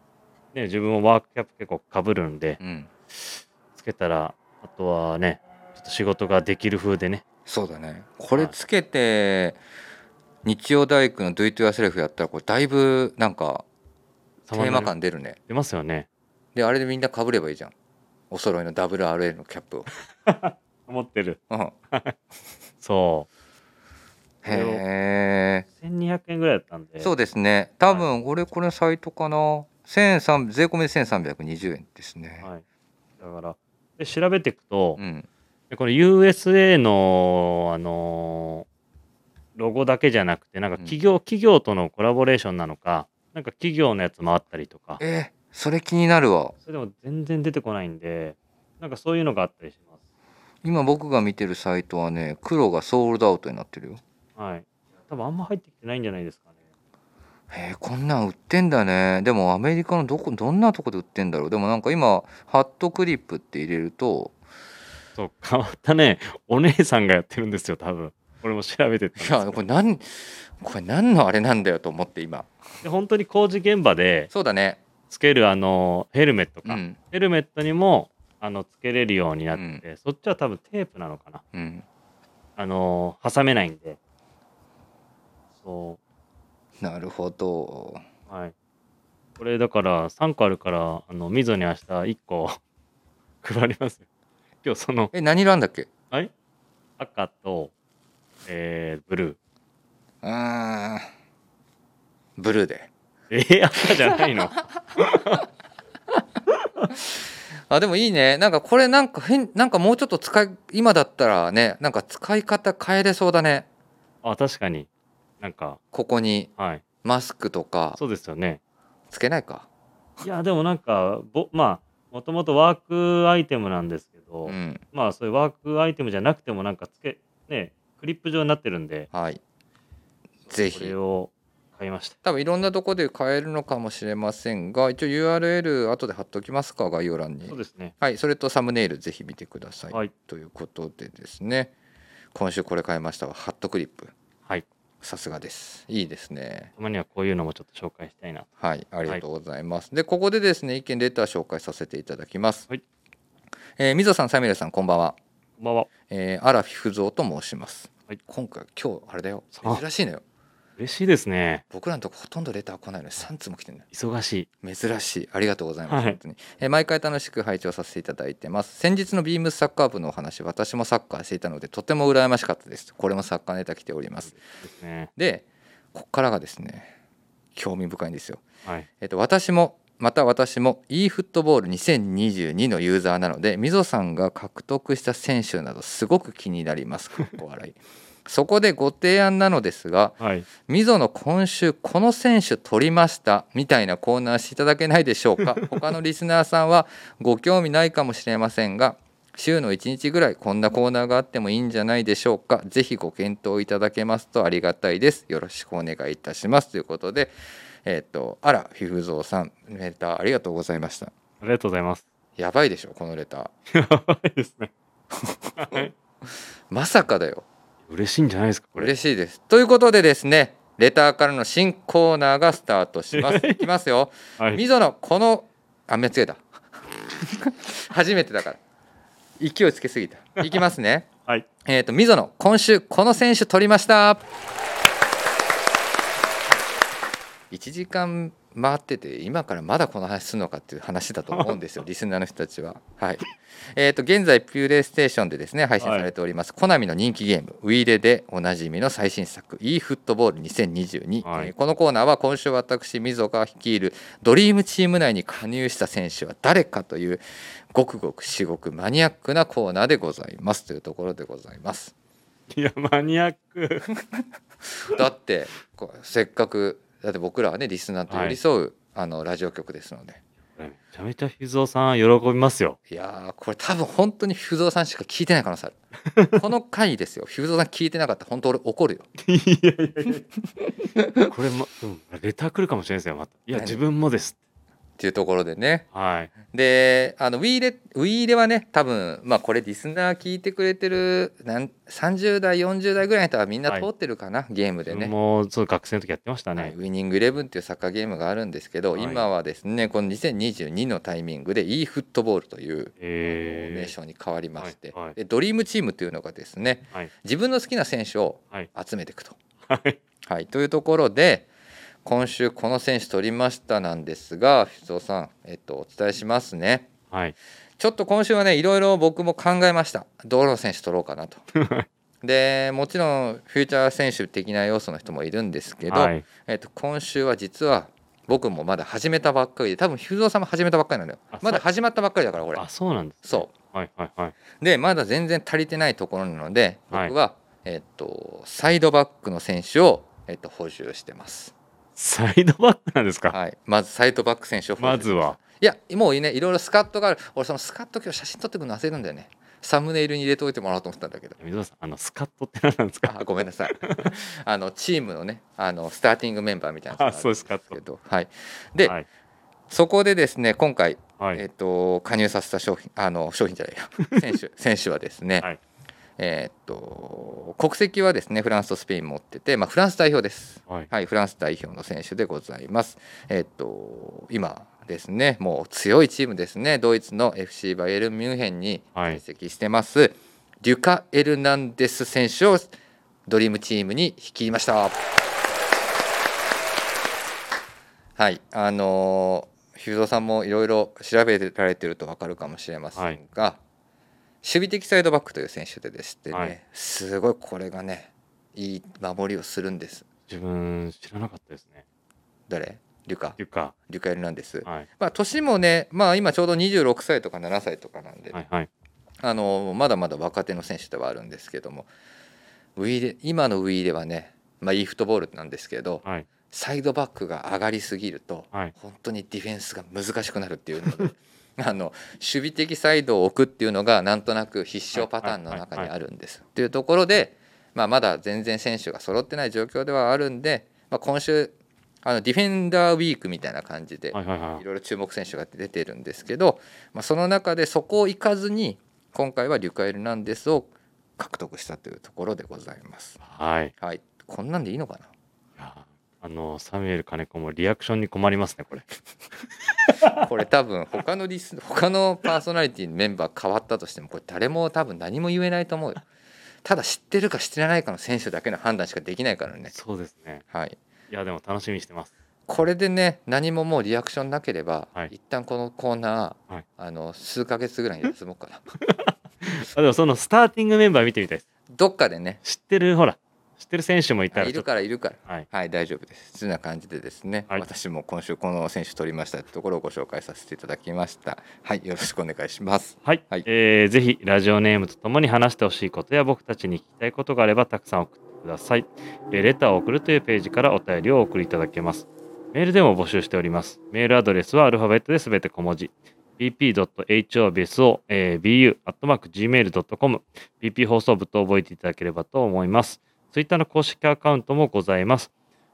ね、自分もワークキャップ結構かぶるんで
うん
つけたらあとはねちょっと仕事ができる風でね
そうだねこれつけて日曜大工の「Do It Yourself」やったらこれだいぶなんかテ
様
ー
々
マ
な
感出るね
出ますよね
であれでみんな被ればいいじゃんお揃いの WRL のキャップを、
思ってる
うん、
そ
へえ
う1200円ぐらいだったんで
そうですね多分俺これのサイトかな1300税込みで1320円ですね、
はい、だからで調べていくと、
うん
でこの USA の、あのーロゴだけじゃなくてなんか企業、企業とのコラボレーションなのかなんか企業のやつもあったりとか
えーそれ気になるわ
それでも全然出てこないんでなんかそういうのがあったりします
今僕が見てるサイトはね黒がソールドアウトになってるよ
はい多分あんま入ってきてないんじゃないですかね
へえこんなん売ってんだねでもアメリカのどこどんなとこで売ってんだろうでもなんか今ハットクリップって入れると
そう変わったねお姉さんがやってるんですよ多分俺も調べてたんです
いやこれ何これ何のあれなんだよと思って今
で本当に工事現場で
そうだね
つけるあのヘルメット
う
か、
ん
ヘルメットにもあのつけれるようになってて、そっちは多分テープなのかな
うん
あのー挟めないんで。そ
なるほど
う。はい。これだから3個あるから、あの、溝に明日1個 配りますよ。今日その
え何色なんだっけ
赤と、えー、ブルー。
うーんブルーで
えー、赤じゃないの
あでもいいねなんかこれなんか変なんかもうちょっと使い今だったらねなんか使い方変えれそうだね
あ、確かに。なんか、
ここに
はい。
マスクとか
そうですよね。
つけないか
いや、でもなんか、ぼまあ、もともとワークアイテムなんですけど、
うん
まあ、そういうワークアイテムじゃなくても、なんかつけ、ね、クリップ状になってるんで、
はいぜ
こ
ひ
れを買いました。
多分いろんなとこで買えるのかもしれませんが一応 URL 後で貼っておきますか概要欄に
そうですね。
はいそれとサムネイルぜひ見てください、
はい。
ということでですね今週これ買いましたわハットクリップ
はい。
さすがですいいですね
たまにはこういうのもちょっと紹介したいな。
はい、ありがとうございます。で、ここでですね、意見レター紹介させていただきます。
はい
えー、みぞさん、サミュエルさん、こんばんは。
こんばんは。
えー、アラフィフゾウと申します。
はい
今回、今日、あれだよ
あ。
珍しいのよ。
嬉しいですね。
僕らのとこ、ほとんどレター来ないのに、3通も来てるんだよ。
忙しい。
珍しい。ありがとうございます。
はい
本当に、えー毎回楽しく拝聴させていただいてます。先日のビームスサッカー部のお話、私もサッカーしていたので、とても羨ましかったです。これもサッカーネタ来ております。
ですね。
で、ここからがですね、興味深いんですよ。
はい。
えっと、私もまた私も e フットボール2022のユーザーなのでみぞさんが獲得した選手などすごく気になります。かっこ笑いそこでご提案なのですが
はい。
みぞの今週この選手取りましたみたいなコーナーしていただけないでしょうか他のリスナーさんはご興味ないかもしれませんが週の1日ぐらいこんなコーナーがあってもいいんじゃないでしょうかぜひご検討いただけますとありがたいですよろしくお願いいたしますということでえっ、とあらフィフゾーさんレターありがとうございました
ありがとうございます。
やばいでしょこのレター
やばいですね。はい。
まさかだよ
嬉しいんじゃないですか、これ。
嬉しいですということでですねレターからの新コーナーがスタートしますいきますよ
はい。
みぞのこのあ間違えた 初めてだから勢いつけすぎたいきますね
はい。
えっとみぞの今週この選手取りました1時間回ってて今からまだこの話するのかっていう話だと思うん ですよリスナーの人たちははいえっ、と現在ピューレイステーションでですね配信されております、コナミの人気ゲームウィーレでおなじみの最新作 e フットボール2022、
はい
えーこのコーナーは今週私みぞが率いるドリームチーム内に加入した選手は誰かというごくごく至極マニアックなコーナーでございますというところでございます
いや、マニアック。
だってこうせっかくだって僕らはねリスナーと寄り添う、あのラジオ局ですので
めちゃめちゃ秘蔵さん喜びますよ。
いやーこれ多分本当に不動さんしか聞いてない可能性あ るこの回ですよ不動さん聞いてなかったら本当俺怒るよ
いやいやいや。これも、でもレター来るかもしれないですよ、また。いや、
何
自分もです。
っていうところでね
はい。
であのウィーレウィーレはね多分まあこれリスナー聞いてくれてるなん30代40代ぐらいの人はみんな通ってるかな、ゲームで
自
ね
分も、そう、学生の時やってました
はい
ね。
ウィニングイレブンっていうサッカーゲームがあるんですけど、
はい
今はですねこの2022のタイミングで e フットボールというフォーメー
え
ションに変わりまして、
はいはい
でドリームチームというのがですね
ー。はい。
自分の好きな選手を
はい。
集めていくと。
はい。
はい、というところで今週この選手取りましたなんですが藤さん、えっと、お伝えしますね。
はい。
ちょっと今週はねいろいろ僕も考えましたどの選手取ろうかな と。でもちろんフューチャー選手的な要素の人もいるんですけど、
はい。
えっと、今週は実は僕もまだ始めたばっかりで多分藤さんも始めたばっかりなんだよ
あそう
まだ始まったばっかりだからこれ
あ、そうなんです。
そう
う。はい。はい。はい。
でまだ全然足りてないところなので
はい
僕は、えっとサイドバックの選手を、えっと補充してます、
サイドバックなんですか。
はい、まずサイドバック選手を補充
まずはい
やもうねいろいろスカットがある俺そのスカット今日写真撮ってくるの焦るんだよねサムネイルに入れておいてもらおうと思ったんだけど
水野さん、あの、スカットって何なんですか。
あごめんな さいあのチームのねあのスターティングメンバーみたいなのが
あそうですか
あるんですけどはいで、
はい。
そこでですね今回、
は
えっ
い。
と加入させた商品あの商品じゃ ないや選手選手はですね、
はい
えーっと国籍はですねフランスとスペイン持ってて、まあ、フランス代表です、
はい。
はい、フランス代表の選手でございます、えーっと今ですねもう強いチームですねドイツの FC バイエルンミュンヘンに
はい
在籍してます、デュカ・エルナンデス選手をドリームチームに引きましたはいあのー、ヒューゾーさんもいろいろ調べられてると分かるかもしれませんが、守備的サイドバックという選手ででしてね、
はい
すごいこれがねいい守りをするんです
自分、知らなかったですね。
誰リュカ
ていうか、
リュカエルなんです、
はい、
まあ年もねまあ今ちょうど26歳とか7歳とかなんで、
はい、はい。
あのまだまだ若手の選手ではあるんですけどもウィーで今のウィーではねまあいいフットボールなんですけど
はい、
サイドバックが上がりすぎると、
はい
本当にディフェンスが難しくなるっていうので あの守備的サイドを置くっていうのがなんとなく必勝パターンの中にあるんです。というところで、まあ、まだ全然選手が揃ってない状況ではあるんで、まあ、今週あのディフェンダーウィークみたいな感じで
はい、はい、はいい。
ろいろ注目選手が出てるんですけど、まあ、その中でそこを行かずに今回はリュカ・エルナンデスを獲得したというところでございます。
はい。い
はい、こんなんでいいのかな
やあの、サミュエル金子もリアクションに困りますね、これ。
これ多分他のリス他のパーソナリティのメンバー変わったとしてもこれ誰も多分何も言えないと思うよただ知ってるか知ってないかの選手だけの判断しかできないからね
そうですね。
はい
いや、でも楽しみにしてます。
これでね何ももうリアクションなければ、
はい
一旦このコーナー、
はい
あの数ヶ月ぐらい休もうかな
あ、でもそのスターティングメンバー見てみたいです。
どっかでね
知ってる、ほら、知ってる選手もいたら
いる
ちょっと、
からいるから
はい。
はい大丈夫ですそんな感じでですね、
はい
私も今週この選手取りましたってところをご紹介させていただきましたはいよろしくお願いします
はい、
はい
えーぜひラジオネームとともに話してほしいことや僕たちに聞きたいことがあればたくさん送ってください、えーレターを送るというページからお便りをお送りいただけますメールでも募集しておりますメールアドレスはアルファベットで全て小文字 bp.hobsobu.gmail.com、えー bu@gmail.com bp 放送部と覚えていただければと思いますツイッターの公式アカウントもございます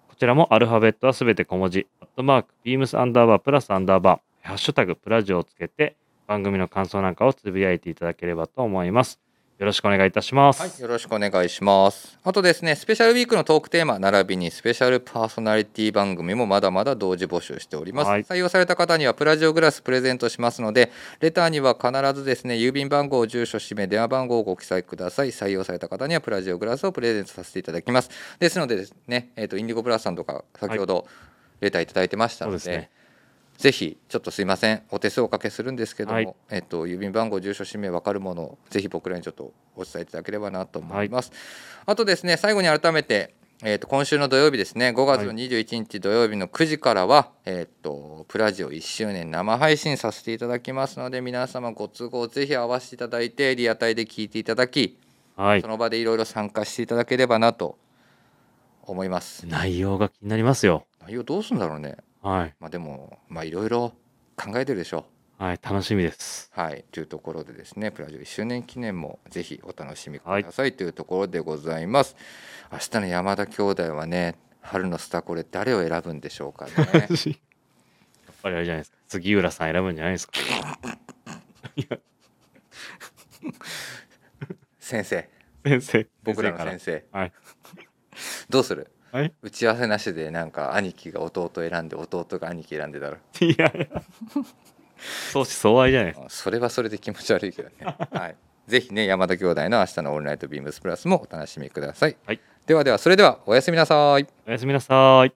こちらもアルファベットはすべて小文字、アットマーク、ビームスアンダーバープラスアンダーバー、ハッシュタグ、プラジオをつけて、番組の感想なんかをつぶやいていただければと思います。よろしくお願いいたします。
はい、よろしくお願いします。あとですね、スペシャルウィークのトークテーマ、並びにスペシャルパーソナリティ番組もまだまだ同時募集しております。
はい
採用された方にはプラジオグラスプレゼントしますので、レターには必ずですね、郵便番号、住所、氏名、電話番号をご記載ください。採用された方にはプラジオグラスをプレゼントさせていただきます。ですのでですね、えっ、と、インディゴプラスさんとか、先ほどレターいただいてました
そう
ので、
ですね。
ぜひちょっとすいませんお手数をおかけするんですけども、
はい
えっと、郵便番号住所氏名わかるものをぜひ僕らにちょっとお伝えいただければなと思います、あとですね最後に改めて、えっと、今週の土曜日ですね5月の
は
21日土曜日の9時からは、えっと、プラジオ1周年生配信させていただきますので皆様ご都合ぜひ合わせていただいてリアタイで聞いていただき
はい
そ。の場でいろいろ参加していただければなと思います
内容が気になりますよ。
内容どうするんだろうね
はい。
まあでもまあいろいろ考えてるでしょう
はい、楽しみです。
はい、というところでですねプラジオ1周年記念もぜひお楽しみくださいというところでございます、明日の山田兄弟はね春のスタこれ誰を選ぶんでしょうか ね
やっぱりあれじゃないですか。杉浦さん選ぶんじゃないですか。
先生
先生。
僕らの先生
生。はい。
どうする
はい。
打ち合わせなしでなんか兄貴が弟選んで弟が兄貴選んでだろ
いやいや。相思相愛じゃないですか。
あそれはそれで気持ち悪いけどね、 はい、ぜひね山田兄弟の明日の「オールナイトビームスプラス」もお楽しみください、
はい
ではではそれではおやすみなさい
おやすみなさい。